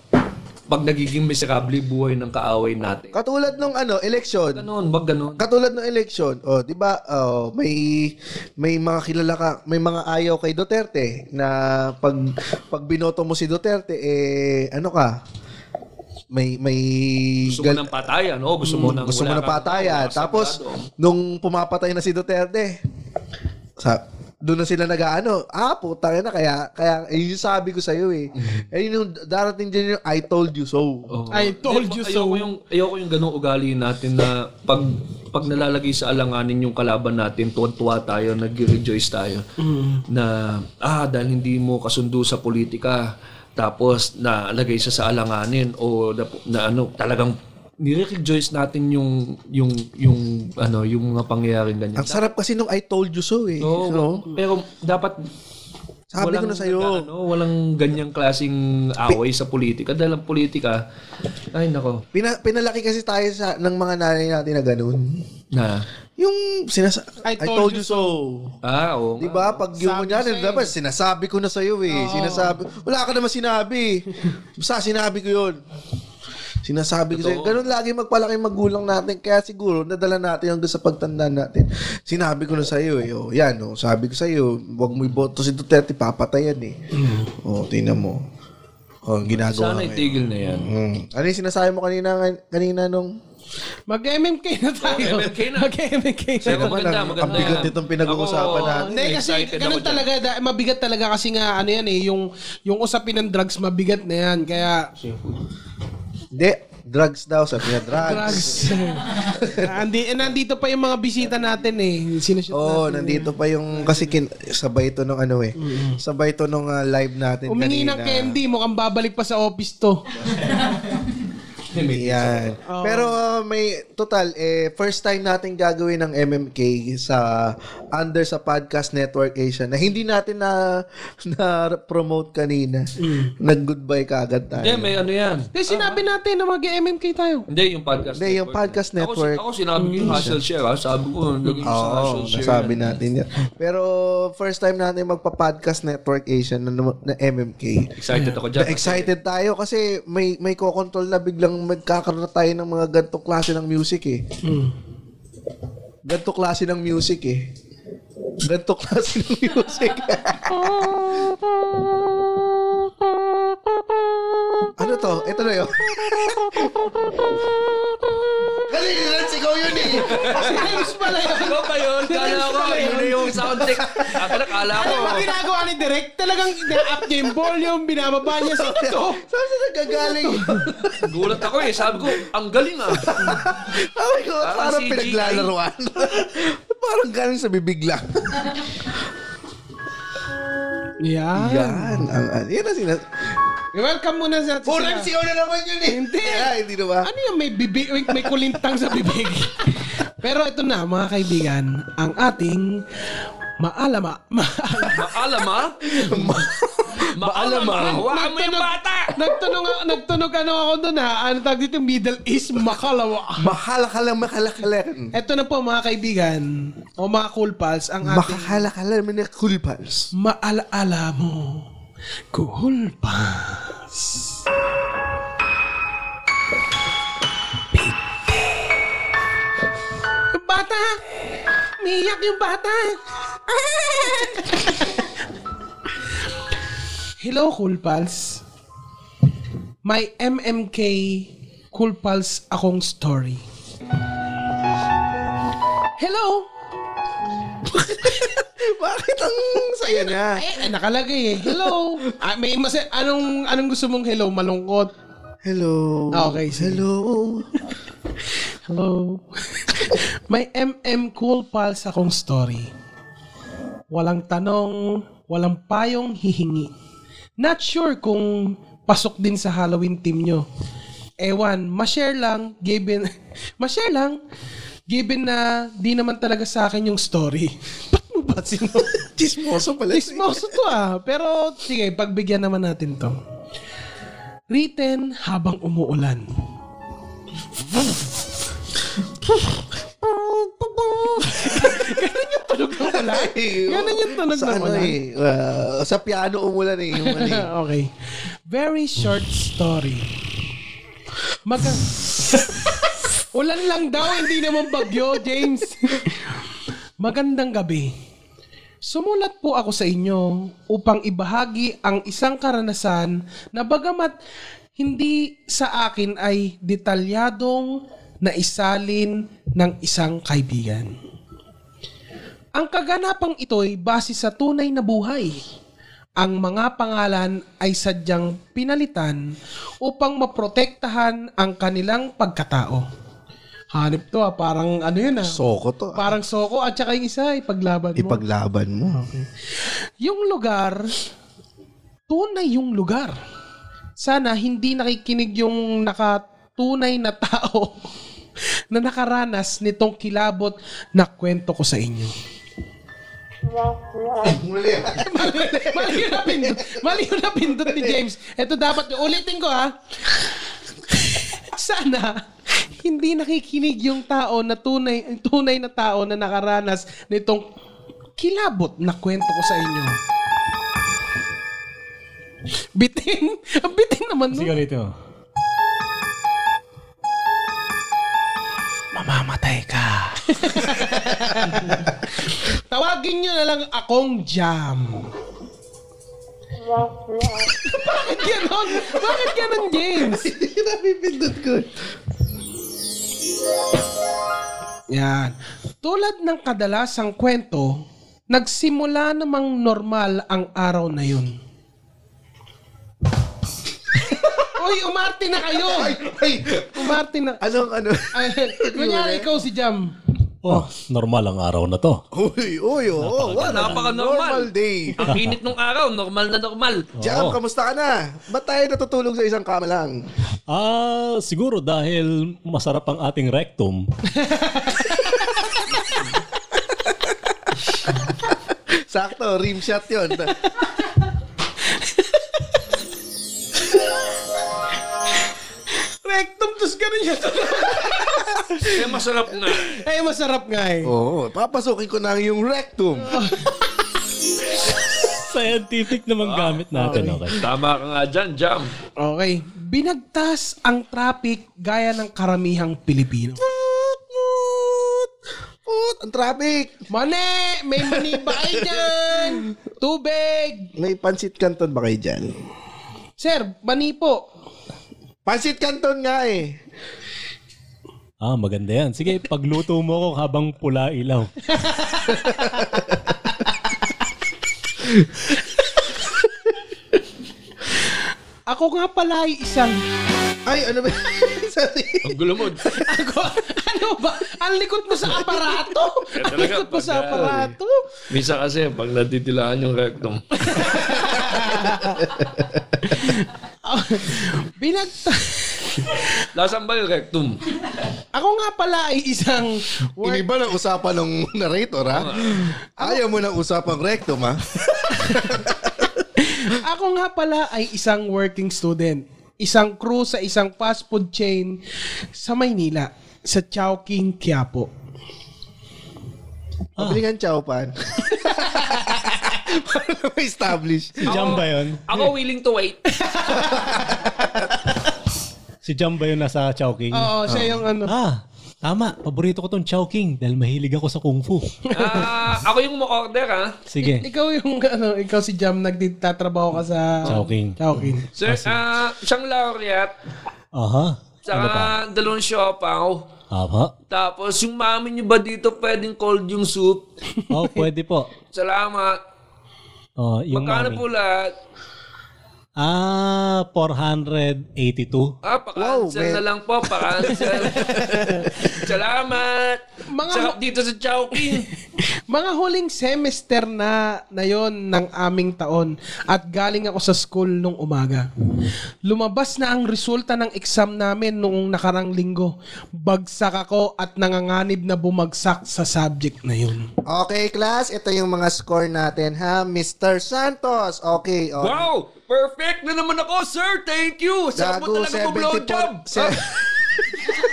Speaker 4: pag nagiging miserable buhay ng kaaway natin.
Speaker 1: Katulad nung ano, election.
Speaker 4: Ganon, wag ganon.
Speaker 1: Katulad ng election, oh, 'di ba? Oh, may may mga kilala ka, may mga ayaw kay Duterte na pag pag binoto mo si Duterte eh ano ka? May may
Speaker 4: Gusto mo ng patayan, no? Gusto mo ng
Speaker 1: Hmm, gusto mo na
Speaker 4: wala kang-
Speaker 1: patayan.
Speaker 4: wala kang
Speaker 1: Tapos
Speaker 4: sagrado.
Speaker 1: nung pumapatay na si Duterte, sa doon na sila nag-ano, ah, putang ina, kaya, kaya, eh, yun yung sabi ko sa'yo eh. Eh, yun yung darating dyan yung I told you so.
Speaker 4: Oh.
Speaker 2: I told you so.
Speaker 4: Ayoko yung, ayoko yung ganong ugali natin na pag, pag nalalagay sa alanganin yung kalaban natin, tuwan-tuwa tayo, nag-rejoice tayo. Na, ah, dahil hindi mo kasundo sa politika, tapos nalagay siya sa alanganin o na, na ano, talagang nire-rejoice natin yung yung yung ano yung mga pangyayaring ganyan.
Speaker 1: Ang sarap kasi nung I told you so eh.
Speaker 4: Oo,
Speaker 1: No?
Speaker 4: pero dapat
Speaker 1: Sabi ko na sa'yo.
Speaker 4: nag- Ano, walang ganyang klasing away sa politika. Dahil ang politika, ay nako,
Speaker 1: Pina, pinalaki kasi tayo sa ng mga nanay natin na ganun.
Speaker 4: na,
Speaker 1: Yung sinasa
Speaker 2: I
Speaker 1: I told,
Speaker 2: told
Speaker 1: you so.
Speaker 4: ah, oo.
Speaker 1: 'Di ba? Pag yung kunya dapat sinasabi ko na sa iyo eh. Sinasabi. Wala ka naman sinabi. Basta sinabi ko 'yun. Sinasabi ko sa'yo. Ganun lagi magpalaki yung magulang natin. Kaya siguro, nadala natin hanggang sa pagtanda natin. Sinabi ko na sa'yo eh. O, yan o. Sabi ko sa'yo, huwag mo iboto si Duterte, papatayan eh. O, tingnan mo. O, ang ginagawa
Speaker 4: Sana
Speaker 1: ngayon.
Speaker 4: itigil na yan.
Speaker 1: Mm. Ano yung sinasabi mo kanina, kanina nung...
Speaker 2: Mag-MMK na tayo.
Speaker 4: MMK na.
Speaker 2: Mag-MMK na.
Speaker 4: Pero
Speaker 1: naman, ang- ang bigat nitong pinag-uusapan natin.
Speaker 2: Hindi kasi
Speaker 4: excited ako
Speaker 2: ganun
Speaker 4: dyan.
Speaker 2: talaga, da- mabigat talaga kasi nga ano yan eh, yung, yung usapin ng drugs, mabigat na yan. Kaya,
Speaker 1: Hindi, drugs daw. Sabi niya, drugs.
Speaker 2: drugs. Andi, eh, nandito pa yung mga bisita natin eh. Sinashoot
Speaker 1: Oo, oh,
Speaker 2: natin.
Speaker 1: nandito pa yung kasi kin- sabay ito nung ano eh. Sabay ito nung ah, live natin
Speaker 2: Umingi ng
Speaker 1: kanina.
Speaker 2: candy, mukhang babalik pa sa office to.
Speaker 1: Yan. Pero ah, may total eh first time natin gagawin ng MMK sa under sa Podcast Network Asia na hindi natin na na promote kanina. Nag-goodbye kaagad tayo.
Speaker 4: Hindi, may ano yan.
Speaker 2: Kasi Eh, sinabi natin na mag-MMK tayo.
Speaker 4: Hindi, yung podcast Mm.
Speaker 1: Hindi, yung podcast network.
Speaker 4: Ako, si- ako sinabi ko yung hustle share. Ha? Sabi ko, naging sa
Speaker 1: Oo,
Speaker 4: hustle share.
Speaker 1: nasabi natin yan. Pero first time natin magpa-podcast Network Asia na, na MMK.
Speaker 4: Excited ako
Speaker 1: Na
Speaker 4: dyan.
Speaker 1: excited tayo kasi may may kokontrol na biglang magkakaroon na tayo ng mga ganitong klase ng music eh. Ganitong klase ng music eh. Ganitong klase ng music. ano to? Ito na yun. Kanina lang sigaw yun eh.
Speaker 2: Names pala yun.
Speaker 4: Ano ba yun? Kala ko, yun na yung soundtrack. Ako nakala ko.
Speaker 2: Ano ba ginagawa ni Direk? Talagang ina-up niya yung volume, binababa niya sa ito.
Speaker 1: Saan siya nagagaling?
Speaker 4: Gulat ako eh. Sabi ko, ang galing ah.
Speaker 1: oh my God,
Speaker 4: Parang
Speaker 1: parang
Speaker 4: CGI.
Speaker 1: pinaglalaruan. parang galing sa bibig lang.
Speaker 2: Yeah.
Speaker 1: Yan. Ang, ang, yan ang sinas...
Speaker 2: Welcome muna sa...
Speaker 1: Full time sigaw na naman yun eh.
Speaker 2: Hindi.
Speaker 1: Ah, hindi na ba?
Speaker 2: Ano yung may bibig, may, may kulintang sa bibig? Pero ito na mga kaibigan, ang ating maalama. maalama.
Speaker 4: Maalam ah. Maalam ah. Huwakan mo yung
Speaker 2: Nagtunog-
Speaker 4: bata.
Speaker 2: Nagtunog, nagtunog ano ako doon ha. Ano tag dito Middle East Makalawa.
Speaker 1: Mahalakalang mahalakalan.
Speaker 2: Ito na po mga kaibigan o mga cool pals ang ating
Speaker 1: Mahalakalan mo na cool pals.
Speaker 2: maalaala mo. Cool pals. Yung bata! Umiiyak yung bata! Hello, Cool Pals. May MMK Cool Pals akong story. Hello!
Speaker 1: Bakit ang saya na?
Speaker 2: Eh, nakalagay eh. Hello! Ah, may mas- anong, anong gusto mong hello? Malungkot.
Speaker 1: Hello.
Speaker 2: Ah, okay, sige.
Speaker 1: Hello.
Speaker 2: Hello. May MM Cool Pals akong story. Walang tanong, walang payong hihingi. Not sure kung pasok din sa Halloween team nyo. Ewan, ma-share lang, given, ma-share lang, given na di naman talaga sa akin yung story. Ba't mo ba sino?
Speaker 1: Chismoso pala.
Speaker 2: Chismoso to ah. Pero sige, pagbigyan naman natin to. Written habang umuulan. Ganun yung tunog ng ulan. Ganun yung tunog ng
Speaker 1: sa ano
Speaker 2: ulan. Ah,
Speaker 1: eh, uh, sa piano umulan eh. Yung ano eh.
Speaker 2: okay. Very short story. Mag- Ulan lang daw, hindi naman bagyo, James. Magandang gabi. Sumulat po ako sa inyo upang ibahagi ang isang karanasan na bagamat hindi sa akin ay detalyadong naisalin ng isang kaibigan. Ang kaganapang ito'y base sa tunay na buhay. Ang mga pangalan ay sadyang pinalitan upang maprotektahan ang kanilang pagkatao. Hanip to ah, parang ano yun ah.
Speaker 1: Soko to. ah.
Speaker 2: Parang soko at saka yung isa, ipaglaban mo.
Speaker 1: Ipaglaban mo.
Speaker 2: Yung lugar, tunay yung lugar. Sana hindi nakikinig yung nakatunay na tao na nakaranas nitong kilabot na kwento ko sa inyo. mali, mali yung napindot. Mali yung napindot ni James. Ito dapat, ulitin ko ha. Sana hindi nakikinig yung tao na tunay, tunay na tao na nakaranas nitong kilabot na kwento ko sa inyo. Bitin. Ang bitin naman nun.
Speaker 5: Sige ulitin mo.
Speaker 2: Mamamatay ka. Tawagin nyo na lang akong Jam. Bakit ganon? Bakit ganon, James?
Speaker 1: Napipindot ko.
Speaker 2: Yan. Tulad ng kadalasang kwento, nagsimula namang normal ang araw na yun. Uy, umarte na kayo!
Speaker 1: Ay,
Speaker 2: Umarte na.
Speaker 1: anong ano?
Speaker 2: Ay, kunyari ikaw si Jam.
Speaker 5: Oh, normal ang araw na to.
Speaker 1: Uy, uy, oh, what a normal
Speaker 4: Napaka-normal.
Speaker 1: day.
Speaker 4: Ang init nung araw, normal na normal.
Speaker 1: Jam, kamusta ka na? Ba't tayo natutulog sa isang kama lang?
Speaker 5: Ah, siguro dahil masarap ang ating rectum.
Speaker 1: Sakto, rim shot yun.
Speaker 2: Rectum, tos ganun siya.
Speaker 4: Kaya masarap nga.
Speaker 2: Ay, masarap nga eh.
Speaker 1: Oo, papasukin ko na yung rectum.
Speaker 5: Scientific naman gamit natin, okay.
Speaker 4: Tama ka nga dyan, Jam.
Speaker 2: Okay. Binagtas ang traffic gaya ng karamihang Pilipino.
Speaker 1: Put, ang traffic.
Speaker 2: Mane! May mani ba kayo dyan? Tubig!
Speaker 1: May pansit canton ba kayo dyan?
Speaker 2: Sir, mani po.
Speaker 1: Pansit canton nga eh.
Speaker 5: Ah, maganda yan. Sige, pagluto mo ako habang pula ilaw.
Speaker 2: Ako nga pala ay isang...
Speaker 1: Ay, ano ba? Sorry.
Speaker 4: Ang gulo mo.
Speaker 2: Ako, ano ba? Ang likod mo sa aparato!
Speaker 4: Kaya
Speaker 2: Ang
Speaker 4: talaga, eh.
Speaker 2: likod mo sa
Speaker 4: pagka-
Speaker 2: aparato!
Speaker 4: Misa kasi, pag natitilaan yung rectum.
Speaker 2: Binagtas...
Speaker 4: Lasan ba yung rectum?
Speaker 2: Ako nga pala ay isang... Work...
Speaker 1: Iniba ng usapan ng narrator, ha? Ayaw mo ng usapang rectum, ha?
Speaker 2: Ako nga pala ay isang working student. Isang crew sa isang fast food chain sa Maynila. Sa Chowking, Quiapo.
Speaker 1: Pabiligan chow pan. Para na ma-establish.
Speaker 5: Si Jam ba yun?
Speaker 4: Ako willing to wait.
Speaker 5: Si Jam ba yun nasa Chowking?
Speaker 2: Oo, siya yung ano.
Speaker 5: Ah, tama. Paborito ko tong Chowking dahil mahilig ako sa kung fu.
Speaker 4: Ah, ako yung ah. mo-order, ha?
Speaker 5: Sige,
Speaker 2: Ikaw yung ano, ikaw si Jam nagtatrabaho ka sa
Speaker 5: Chowking.
Speaker 2: Chowking.
Speaker 4: Sir, ah, isang laureate,
Speaker 5: Aha. Ano pa?
Speaker 4: saka dalawang siopaw.
Speaker 5: Aha.
Speaker 4: Tapos, yung mami nyo ba dito pwedeng cold yung soup?
Speaker 5: Oh, pwede po.
Speaker 4: Salamat.
Speaker 5: Oh, yung
Speaker 4: Magkano
Speaker 5: mami.
Speaker 4: po lahat?
Speaker 5: Ah, 482.
Speaker 4: Ah, paka-answer
Speaker 1: Wow,
Speaker 4: na lang po. Paka-answer. Salamat.
Speaker 2: Mga-
Speaker 4: Sarap dito sa Chowking.
Speaker 2: Mga huling semester na na yon ng aming taon at galing ako sa school nung umaga. Lumabas na ang resulta ng exam namin noong nakarang linggo. Bagsak ako at nanganganib na bumagsak sa subject na yun.
Speaker 1: Okay, class. Ito yung mga score natin, ha? Mr. Santos. Okay. okay.
Speaker 4: Wow! Perfect na naman ako, sir! Thank you! Sarap
Speaker 1: Gago,
Speaker 4: mo talaga po blowjob!
Speaker 1: 74 se-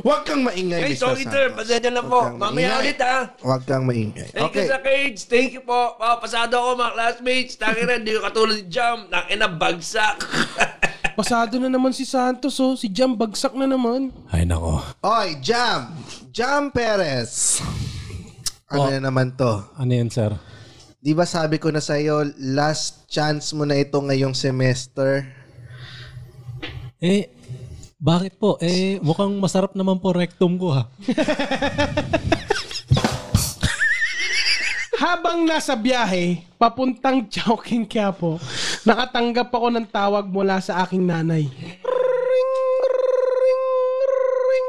Speaker 1: Huwag kang maingay,
Speaker 4: Ay,
Speaker 1: Mr.
Speaker 4: sorry,
Speaker 1: Santos.
Speaker 4: sir. Pasensya na po.
Speaker 1: Huwag kang
Speaker 4: Mamaya
Speaker 1: maingay.
Speaker 4: ulit, ha?
Speaker 1: Huwag kang maingay.
Speaker 4: Thank
Speaker 1: Okay.
Speaker 4: you sa cage. Thank you po. Wow, pasado ako mga classmates. Taki rin, di ko katulad ni Jam. Nakina, bagsak.
Speaker 2: Pasado na naman si Santos oh, si Jam bagsak na naman.
Speaker 5: Ay, nako.
Speaker 1: Oy, Jam. Jam Perez. Ano
Speaker 4: Oh.
Speaker 1: na naman to?
Speaker 5: Ano yan, sir?
Speaker 1: Di ba sabi ko na sa'yo, last chance mo na ito ngayong semester?
Speaker 5: Eh, bakit po? Eh, mukhang masarap naman po rectum ko ha.
Speaker 2: Habang nasa biyahe, papuntang Chowking Quiapo, nakatanggap ako ng tawag mula sa aking nanay. Ring, ring, ring.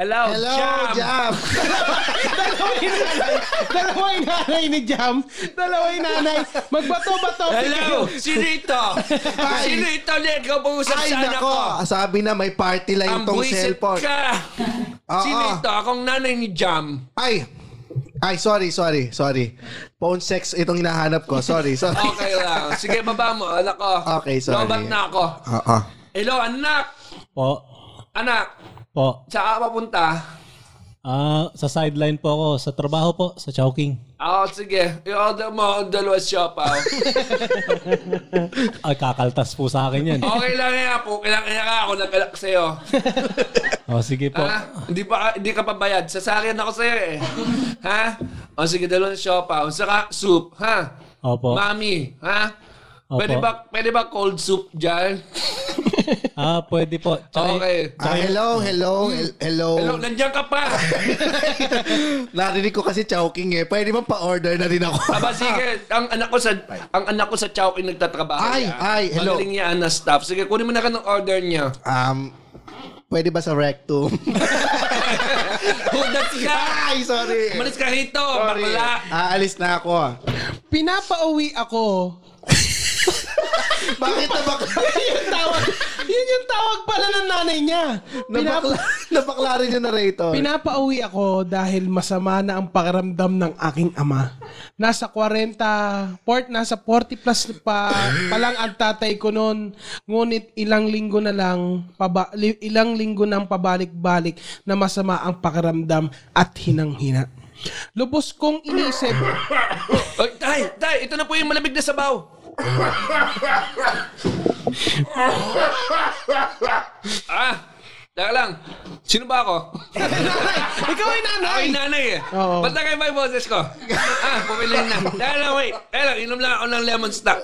Speaker 4: Hello,
Speaker 1: Hello,
Speaker 4: Jam!
Speaker 1: Jam!
Speaker 2: dalawa yung nanay, dalawa yung nanay ni Jam, dalawa yung nanay. Magbato-bato.
Speaker 4: Hello! Sino ito? Sino ito ulit? Ikaw pag-usap
Speaker 1: Ay,
Speaker 4: sana
Speaker 1: nako!
Speaker 4: ko.
Speaker 1: Sabi na may party line
Speaker 4: Ang
Speaker 1: tong
Speaker 4: buwisit
Speaker 1: cellphone.
Speaker 4: ka!
Speaker 1: Oo.
Speaker 4: Sino ito? Akong nanay ni Jam.
Speaker 1: Ay! Ay, sorry, sorry, sorry. Phone sex itong hinahanap ko. Sorry, sorry.
Speaker 4: Okay lang. Sige, baba mo. Anak ko.
Speaker 1: Okay, sorry.
Speaker 4: Lobat na ako.
Speaker 1: Oo.
Speaker 4: Hello, anak!
Speaker 5: Po.
Speaker 4: Anak!
Speaker 5: Po.
Speaker 4: Saan ka papunta?
Speaker 5: Ah, sa sideline po ako. Sa trabaho po. Sa Chowking.
Speaker 4: Oo, sige. I-order mo ang dalawa ah. siopaw.
Speaker 5: Ay, kakaltas po sa akin yan.
Speaker 4: okay lang yan po. Kailangan ka ako nag-alak sa'yo.
Speaker 5: O, Oh, sige po.
Speaker 4: Ha? Hindi, pa, hindi ka pa bayad. Sasakyan ako sa'yo eh. Ha? O sige, dalawang siopaw. Saka soup, ha?
Speaker 5: Opo.
Speaker 4: Mami, ha?
Speaker 5: Opo.
Speaker 4: Pwede ba, pwede ba cold soup dyan?
Speaker 5: Ah, pwede po. Tsaka-
Speaker 4: Okay.
Speaker 1: Ah, hello, hello, hel- hello.
Speaker 4: Hello, nandiyan ka pa.
Speaker 1: Narinig ko kasi chowking eh. Pwede bang pa-order na din ako?
Speaker 4: Aba sige, ang anak ko sa ang anak ko sa Chowking nagtatrabaho.
Speaker 1: Ay,
Speaker 4: yan.
Speaker 1: ay, hello.
Speaker 4: Magaling niya na staff. Sige, kunin mo na ka ng order niya.
Speaker 1: Um, pwede ba sa rectum?
Speaker 4: Hudas ka!
Speaker 1: Ay, sorry.
Speaker 4: Umalis ka rito,
Speaker 1: Sorry.
Speaker 4: bakla!
Speaker 1: Aalis na ako.
Speaker 2: Pinapauwi ako.
Speaker 1: Bakit na bakla?
Speaker 2: yun yung tawag, yun yung tawag pala ng nanay niya. Pinapa,
Speaker 1: Nabakla, nabakla rin yung narrator.
Speaker 2: pinapauwi ako dahil masama na ang pakiramdam ng aking ama. Nasa 40, port, nasa 40 plus pa, pa lang ang tatay ko noon. Ngunit ilang linggo na lang, paba, li- ilang linggo nang pabalik-balik na masama ang pakiramdam at hinang-hina. Lubos kong inisip
Speaker 4: Oy, tay, tay, ito na po yung malamig na sabaw. ah, teka lang. Sino ba ako?
Speaker 2: Ikaw ay
Speaker 4: Ako
Speaker 2: nanay!
Speaker 4: yung nanay eh.
Speaker 2: Oo.
Speaker 4: Ba't na kayo ba yung boses ko? ah, pumili na. Teka lang, wait. Teka lang, inom lang ako ng lemon stock.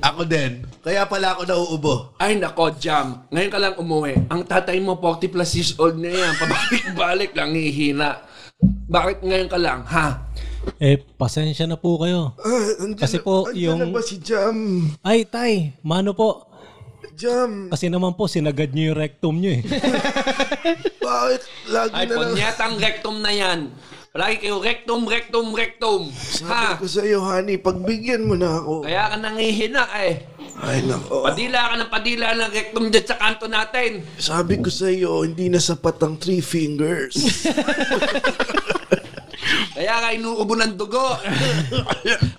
Speaker 1: Ako din. Kaya pala ako nauubo.
Speaker 4: Ay nako, Jam. Ngayon ka lang umuwi. Ang tatay mo, 40 plus years old na yan. Pabalik-balik lang, hihina. Bakit ngayon ka lang, ha?
Speaker 5: Eh, pasensya na po kayo. Kasi po, yung-
Speaker 1: si Jam?
Speaker 5: Ay, tay. Mano po.
Speaker 1: Um, Jam,
Speaker 5: Kasi naman po, sinagad niyo yung rectum niyo eh.
Speaker 1: bakit lagi
Speaker 4: Ay, punyatang rectum na yan. Palagi kayo, rectum, rectum, rectum. Ha?
Speaker 1: sa'yo, honey, pagbigyan mo na ako.
Speaker 4: Kaya ka nangihina eh.
Speaker 1: Ay, nako.
Speaker 4: Padila ka ng padila ng rectum dyan sa kanto natin.
Speaker 1: Sabi ko sa'yo, hindi na sapat ang three fingers.
Speaker 4: Kaya ka inuubo ng dugo.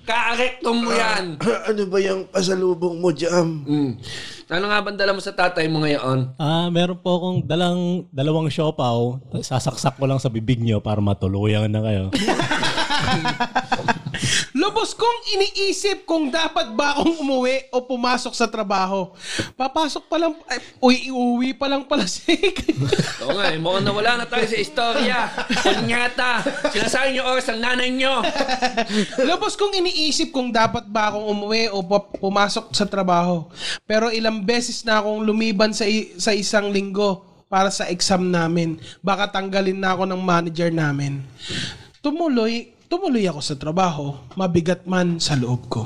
Speaker 4: Ka-rectum mo yan.
Speaker 1: ano ba yung pasalubong mo, Jam?
Speaker 4: Hmm. Ano nga bang dala mo sa tatay mo ngayon?
Speaker 5: Ah, meron po akong dalang dalawang siopaw. Sasaksak ko lang sa bibig niyo para matuluyan na kayo.
Speaker 2: Lubos kong iniisip kung dapat ba akong umuwi o pumasok sa trabaho. Papasok pa lang, ay, uy, iuwi pa lang pala siya.
Speaker 4: Oo nga, eh, mukhang nawala na tayo sa istorya. Kunyata, sinasabi niyo oras ng nanay niyo.
Speaker 2: Lubos kong iniisip kung dapat ba akong umuwi o pa- pumasok sa trabaho. Pero ilang beses na akong lumiban sa, i- sa isang linggo para sa exam namin. Baka tanggalin na ako ng manager namin. Tumuloy, tumuloy ako sa trabaho, mabigat man sa loob ko.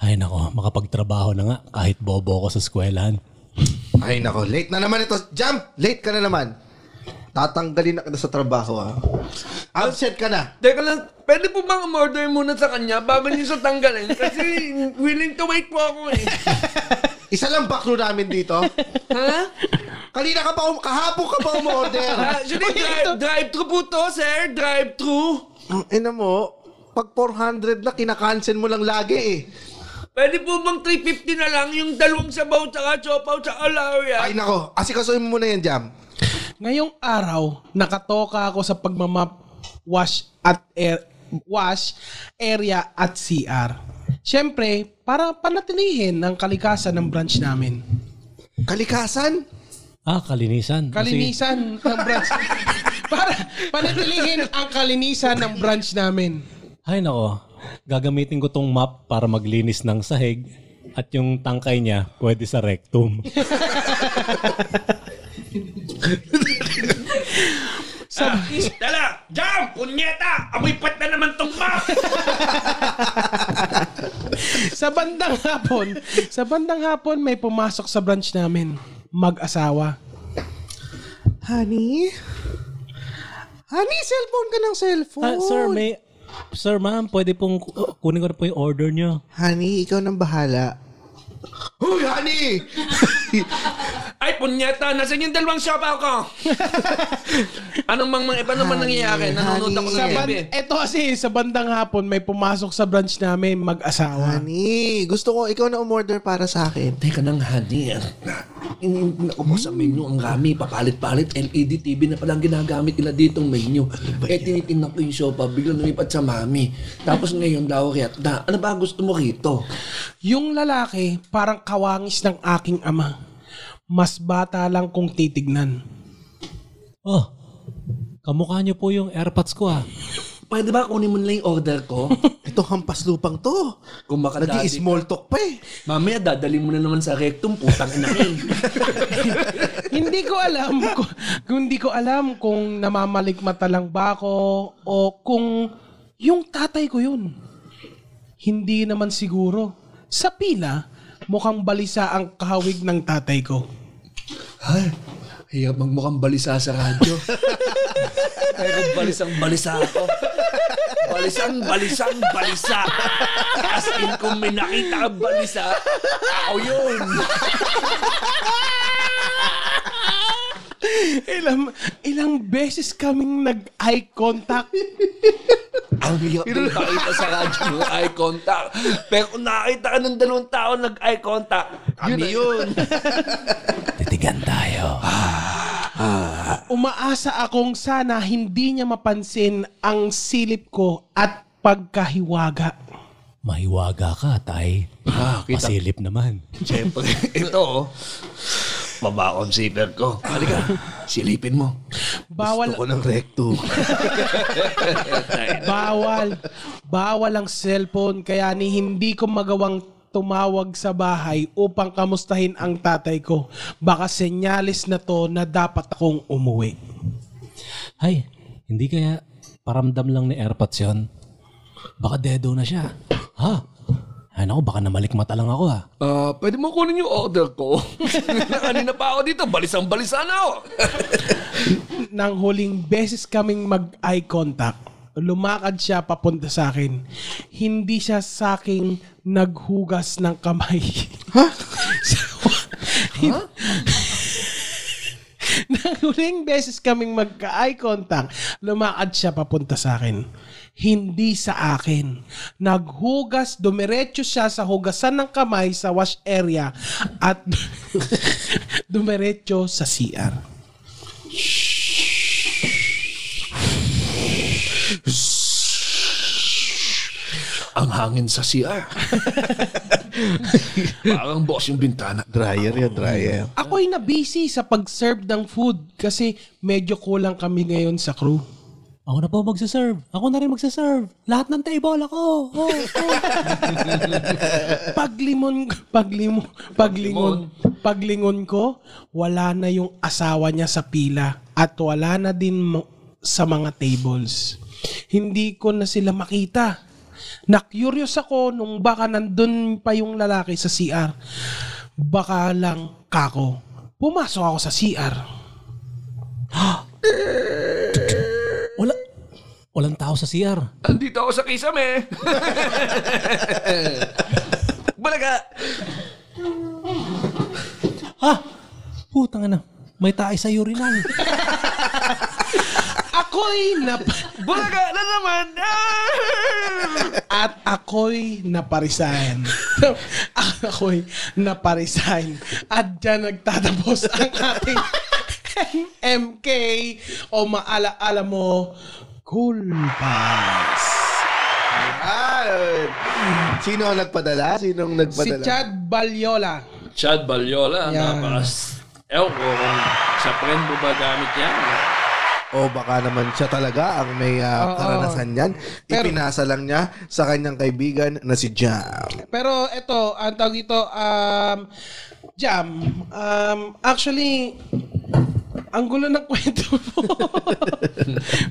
Speaker 5: Ay nako, makapagtrabaho na nga kahit bobo ako sa eskwelahan.
Speaker 1: Ay nako, late na naman ito. Jump! Late ka na naman. Tatanggalin na kita sa trabaho ah. Absent ka na.
Speaker 4: Teka lang, pwede po bang umorder muna sa kanya bago niyo siya tanggalin? Kasi willing to wait po ako eh.
Speaker 1: Isa lang baklo namin dito.
Speaker 4: ha?
Speaker 1: Kanina ka pa, um- kahapon ka pa umorder.
Speaker 4: Ah, Actually, drive, drive-thru po to, sir. Drive-thru.
Speaker 1: Ang ina mo, pag 400 na, kinakancel mo lang lagi eh.
Speaker 4: Pwede po bang 350 na lang yung dalawang sabaw, tsaka chopaw, tsaka lawya?
Speaker 1: Ay nako, asikasuhin mo muna yan, Jam.
Speaker 2: Ngayong araw, nakatoka ako sa pagmamap wash at air, wash area at CR. Siyempre, para panatilihin ang kalikasan ng branch namin.
Speaker 1: Kalikasan?
Speaker 5: Ah, kalinisan. Kasi
Speaker 2: Kalinisan ng branch. para panatilihin ang kalinisan ng branch namin.
Speaker 5: Ay nako, gagamitin ko tong map para maglinis ng sahig at yung tangkay niya pwede sa rectum.
Speaker 4: Ah, Dala! Jam! Punyeta! Amoy pat na naman tong map!
Speaker 2: Sa bandang hapon, sa bandang hapon may pumasok sa branch namin. Mag-asawa.
Speaker 1: Honey? Honey, cellphone ka ng cellphone.
Speaker 5: Ah, sir, may... Sir, ma'am, pwede pong ku- oh, kunin ko na po yung order niyo.
Speaker 1: Honey, ikaw nang bahala. Hoy, honey!
Speaker 4: Ay, punyeta! Nasaan yung dalawang siopaw ko? Anong mang mga iba naman nangyayari? Nanonood ako
Speaker 1: Sa
Speaker 4: ng
Speaker 2: Ban-
Speaker 4: TV.
Speaker 2: eto kasi, sa bandang hapon may pumasok sa branch namin
Speaker 1: Ah.
Speaker 2: mag-asawa.
Speaker 1: honey, gusto ko ikaw na umorder para sa akin.
Speaker 4: Teka nang, honey. Nakupo sa menu ang rami. Papalit-palit. E LED TV na palang ginagamit nila ditong menu. Eh, tinitingnan ko yung sopa. Biglang lumipat sa mami. Tapos ngayon daw, react na. Ano ba gusto mo rito?
Speaker 2: Yung lalaki, parang kawangis ng aking ama. Mas bata lang kung titignan.
Speaker 5: Oh, kamukha niyo po yung airpods ko ah.
Speaker 4: Pwede ba kunin mo nila yung order ko?
Speaker 1: Ito hampas lupang to.
Speaker 4: Kung makadali.
Speaker 1: Nag-small talk pa eh.
Speaker 4: Mamaya, dadali mo na naman sa rectum. Putang ina yun.
Speaker 2: hindi ko alam kung, kung hindi ko alam kung namamalikmata lang ba ako o kung yung tatay ko yun. Hindi naman siguro. Sa pila, mukhang balisa ang kahawig ng tatay ko.
Speaker 4: Ay, hirap magmukhang balisa sa radyo. Pero balisang balisa ako. Balisang, balisang, balisa. As in, kung may nakita ang balisa, ako yun.
Speaker 2: Ilang, ilang beses kaming nag-eye contact.
Speaker 4: Ang hirap ng nakita sa radyo ng eye contact. Pero kung nakita ka ng dalawang tao nag-eye contact,
Speaker 1: Ano
Speaker 4: kami yun.
Speaker 3: Titigan tayo.
Speaker 2: Umaasa akong sana hindi niya mapansin ang silip ko at pagkahiwaga.
Speaker 5: Mahiwaga ka, tay.
Speaker 4: Ah, kita.
Speaker 5: Masilip naman.
Speaker 4: Siyempre, ito oh. Baba ko ang zipper ko. Halika, silipin mo.
Speaker 2: Bawal
Speaker 1: Gusto ko ng recto.
Speaker 2: Bawal. Bawal ang cellphone kaya ni hindi ko magawang tumawag sa bahay upang kamustahin ang tatay ko. Baka senyalis na to na dapat akong umuwi.
Speaker 5: Ay, hindi kaya paramdam lang ni airpods yun. Baka dedo na siya. Ha? Ay nako, baka namalikmata lang ako ah.
Speaker 4: Ah, pwede mo kunin yung order ko. Kanina pa Ano ako dito, balisang balisa na ako.
Speaker 2: Nang huling beses kaming mag-eye contact, lumakad siya papunta sa akin. Hindi siya sa akin naghugas ng kamay. Ha? Nang huling beses kaming magka-eye contact, lumakad siya papunta sa akin. Hindi sa akin. Naghugas, dumiretso siya sa hugasan ng kamay sa wash area at dumiretso sa CR.
Speaker 4: Ang hangin sa CR. Parang boss yung bintana.
Speaker 1: dryer yan, dryer.
Speaker 2: Ako'y na-busy sa pag-serve ng food kasi medyo kulang kami ngayon sa crew.
Speaker 5: Ako na po magsaserve. Ako na rin magsaserve. Lahat ng table ako. Oh, oh.
Speaker 2: Paglimon, paglimo, paglingon, paglingon ko, wala na yung asawa niya sa pila at wala na din mo- sa mga tables. Hindi ko na sila makita. Na-curious ako nung baka nandun pa yung lalaki sa CR. Baka lang kako. Pumasok ako sa CR.
Speaker 5: Wala. Walang tao sa CR.
Speaker 4: Andito ako sa kisame. Balaga!
Speaker 5: Ha? Putang na. May tae sa urinal.
Speaker 2: Ako'y nap...
Speaker 4: Balaga na naman! Ah!
Speaker 2: At ako'y naparisahin. ako'y naparisahin. At dyan nagtatapos ang ating MK o maalaala mo, Cool Pals.
Speaker 1: Yan. Sino ang nagpadala? Sinong
Speaker 2: Si
Speaker 1: nagpadala?
Speaker 2: Chad Balyola.
Speaker 4: Chad Balyola,
Speaker 2: Yan.
Speaker 4: napakas. Ewan ko kung sa friend mo ba gamit yan.
Speaker 1: O Oh, baka naman siya talaga ang may ah,
Speaker 2: Oo.
Speaker 1: karanasan niyan.
Speaker 2: Pero-
Speaker 1: Ipinasa lang niya sa kanyang kaibigan na si Jam.
Speaker 2: Pero ito, ang tawag ito, um, Jam, um, actually, ang gulo ng kwento mo.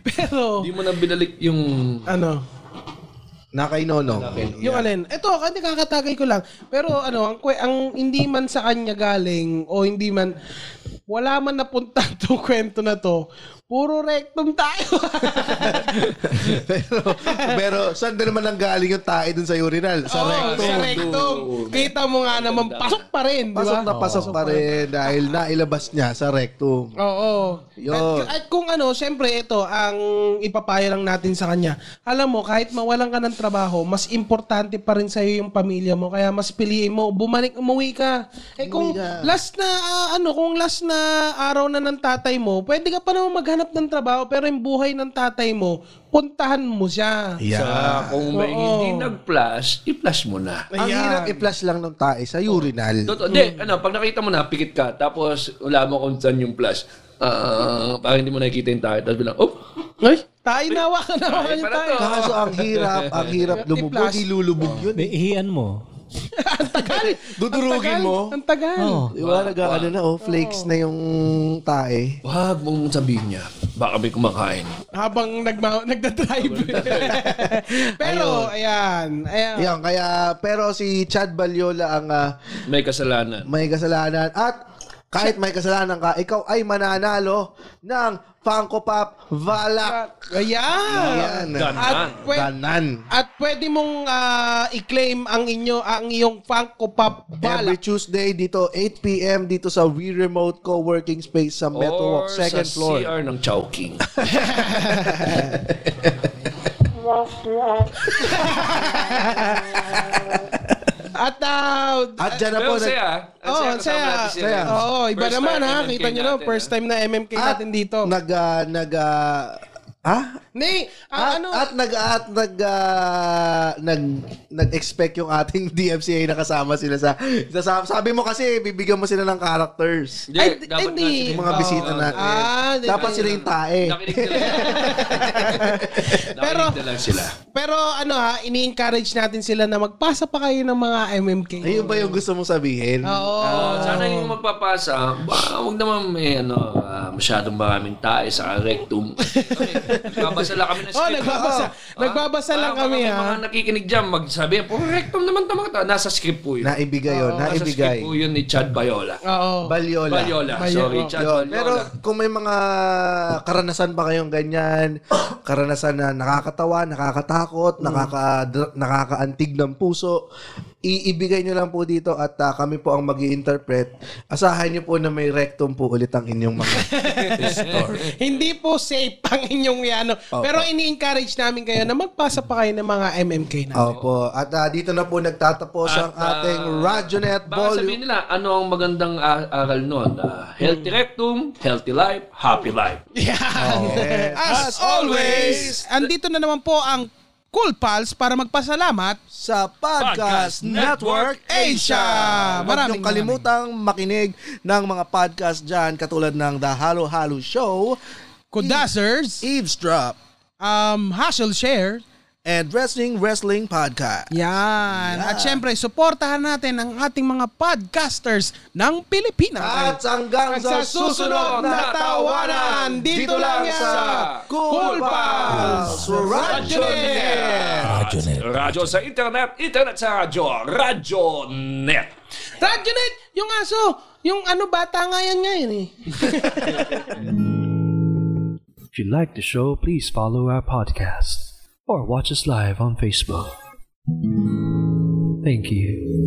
Speaker 2: Pero,
Speaker 4: Hindi mo na binalik yung...
Speaker 2: ano?
Speaker 1: Na kay Nono.
Speaker 2: Yung alin, ito, kasi kakatagay ko lang. Pero ano, ang, kwe- ang hindi man sa kanya galing o hindi man, wala man napunta itong kwento na to, puro rectum tayo.
Speaker 1: pero, pero saan din naman ang galing yung tae dun sa urinal? Sa
Speaker 2: Oo,
Speaker 1: rectum.
Speaker 2: Oh, Sa rectum. Kita mo nga naman, pasok pa rin, di
Speaker 1: Pasok
Speaker 2: ba?
Speaker 1: na pasok pa rin dahil nailabas niya sa rectum.
Speaker 2: Oo.
Speaker 1: Yun.
Speaker 2: At, at kung ano, syempre ito, ang ipapayo lang natin sa kanya. Alam mo, kahit mawalan ka ng trabaho, mas importante pa rin sa'yo yung pamilya mo. Kaya mas piliin mo, bumalik, umuwi ka. Eh kung last na, ah, ano, kung last na araw na ng tatay mo, pwede ka pa naman maghanap ng trabaho, pero yung buhay ng tatay mo, puntahan mo siya.
Speaker 1: Yeah.
Speaker 4: Sa, Ah, kung may
Speaker 2: Oo.
Speaker 4: hindi nag-flash, i-flash mo na.
Speaker 1: ang hirap i-flash lang ng tae sa urinal.
Speaker 4: Totoo, hindi, ano, pag nakita mo na, pikit ka, tapos wala mo kung saan yung flash. Ah, parang hindi mo nakikita yung tayo. Tapos bilang, oh,
Speaker 2: Ay, tayo na, wakan na,
Speaker 4: Tayo
Speaker 2: yung
Speaker 4: pala
Speaker 2: tayo.
Speaker 4: to.
Speaker 1: Kaso ang hirap, ang hirap lumubog,
Speaker 2: I-flash.
Speaker 1: ilulubog yun. eh.
Speaker 5: Iihian mo.
Speaker 2: ang tagal.
Speaker 1: Dudurugin
Speaker 2: Ang tagal,
Speaker 1: mo?
Speaker 2: Ang tagal.
Speaker 5: Oo.
Speaker 1: Di ba, nag ano na, oh, flakes na yung tae.
Speaker 4: wag mong sabihin niya. Baka may kumakain.
Speaker 2: Habang nagma- nagda-drive. Pero, ayan. ayan.
Speaker 1: Yan, kaya, pero si Chad Balyola ang ah,
Speaker 4: May kasalanan.
Speaker 1: may kasalanan at kahit may kasalanan ka, ikaw ay mananalo ng Funko Pop Valak.
Speaker 2: Ayan.
Speaker 1: Yan.
Speaker 4: Ganon.
Speaker 2: At, pwe-
Speaker 1: Ganan.
Speaker 2: at pwede mong ah, i-claim ang inyo ang iyong Funko Pop
Speaker 1: Every
Speaker 2: balak.
Speaker 1: Tuesday dito 8 PM dito sa We Remote Coworking Space sa Metro Walk
Speaker 4: Or
Speaker 1: second
Speaker 4: sa
Speaker 1: floor.
Speaker 4: CR ng Chowking.
Speaker 2: At ah,
Speaker 1: At dyan na po nag-
Speaker 4: Pero saya.
Speaker 2: Oh, ang saya.
Speaker 1: Saya.
Speaker 2: Oo, iba
Speaker 4: First
Speaker 2: naman
Speaker 4: time
Speaker 2: ha.
Speaker 4: MMK
Speaker 2: Kita nyo na,
Speaker 4: natin,
Speaker 2: first
Speaker 4: ha?
Speaker 2: time na MMK
Speaker 1: eh. at
Speaker 2: natin dito.
Speaker 1: Nag ah, nag ah, ah?
Speaker 2: Ni,
Speaker 1: at,
Speaker 2: ah, ano,
Speaker 1: at nag at nag ah, nag nag-expect yung ating DMCA na kasama sila sa, sa sabi mo kasi bibigyan mo sila ng characters.
Speaker 4: Hindi,
Speaker 2: Ay,
Speaker 4: dapat
Speaker 2: hindi.
Speaker 4: nga sila-
Speaker 1: Yung mga
Speaker 4: Oo,
Speaker 1: bisita
Speaker 4: oo.
Speaker 1: natin.
Speaker 2: Ah, di-
Speaker 1: Dapat sila yung tae.
Speaker 4: Nakinig na lang.
Speaker 2: Pero-
Speaker 4: Nakinig na lang sila.
Speaker 2: pero ano ha, ini-encourage natin sila na magpasa pa kayo ng mga MMK.
Speaker 1: Ayun Ah. ba yung gusto mong sabihin?
Speaker 2: Oo.
Speaker 4: Oh, sana yung magpapasa, baka huwag naman may ano, ah, masyadong maraming tae sa rectum. Okay, nagbabasa lang kami ng
Speaker 2: Oh, nagbabasa. Nagbabasa lang
Speaker 4: Baka
Speaker 2: kami, ah.
Speaker 4: may
Speaker 2: ha?
Speaker 4: mga nakikinig dyan, magsabi, puro rectum naman tumata. Nasa script po yun.
Speaker 1: Naibigay yun,
Speaker 4: Nasa
Speaker 1: naibigay.
Speaker 4: script po yun ni Chad Bayola.
Speaker 2: Oo.
Speaker 1: Balyola.
Speaker 4: Bayola,
Speaker 2: Bayola. oh.
Speaker 4: sorry. Chad
Speaker 1: Yun.
Speaker 4: Bayola.
Speaker 1: Pero kung may mga karanasan ba kayong ganyan, karanasan na nakakatawa,
Speaker 4: Mm.
Speaker 1: nakakatakot, nakaka nakakaantig ng puso, iibigay nyo lang po dito at ah, kami po ang mag interpret Asahan nyo po na may rectum po ulit ang inyong mga store.
Speaker 2: Hindi po safe ang inyong ano. Pero ini-encourage namin kayo na magpasa pa kayo ng mga MMK na.
Speaker 1: Opo. At ah, dito na po nagtatapos ang ating Radionet
Speaker 4: ah, Baka
Speaker 1: Volume.
Speaker 4: sabihin nila, ano ang magandang a- aral nun? Ah,
Speaker 2: Hmm.
Speaker 4: healthy rectum, healthy life, happy life.
Speaker 1: Yes.
Speaker 2: As, always, andito na naman po ang Cool Pals para magpasalamat.
Speaker 1: sa Podcast,
Speaker 4: Podcast
Speaker 1: Network
Speaker 4: Network
Speaker 1: Asia.
Speaker 2: Asia.
Speaker 1: Huwag
Speaker 2: Maraming
Speaker 1: niyong kalimutang makinig ng mga podcast dyan katulad ng The Halo Halo Show,
Speaker 2: Kudasers,
Speaker 1: Eavesdrop,
Speaker 2: um, Hustle Share,
Speaker 1: and Wrestling Wrestling Podcast.
Speaker 2: Yan. At syempre, suportahan natin ang ating mga podcasters ng Pilipinas.
Speaker 1: At hanggang sa susunod na tawanan, dito lang yan sa Cool Pals Radyo Net!
Speaker 5: Radyo Net.
Speaker 4: Radyo sa internet, internet sa radyo, Radyo Net.
Speaker 2: Radyo Net, yung aso, yung ano bata nga yan ngayon eh.
Speaker 6: If you like the show, please follow our podcast or watch us live on Facebook. Thank you.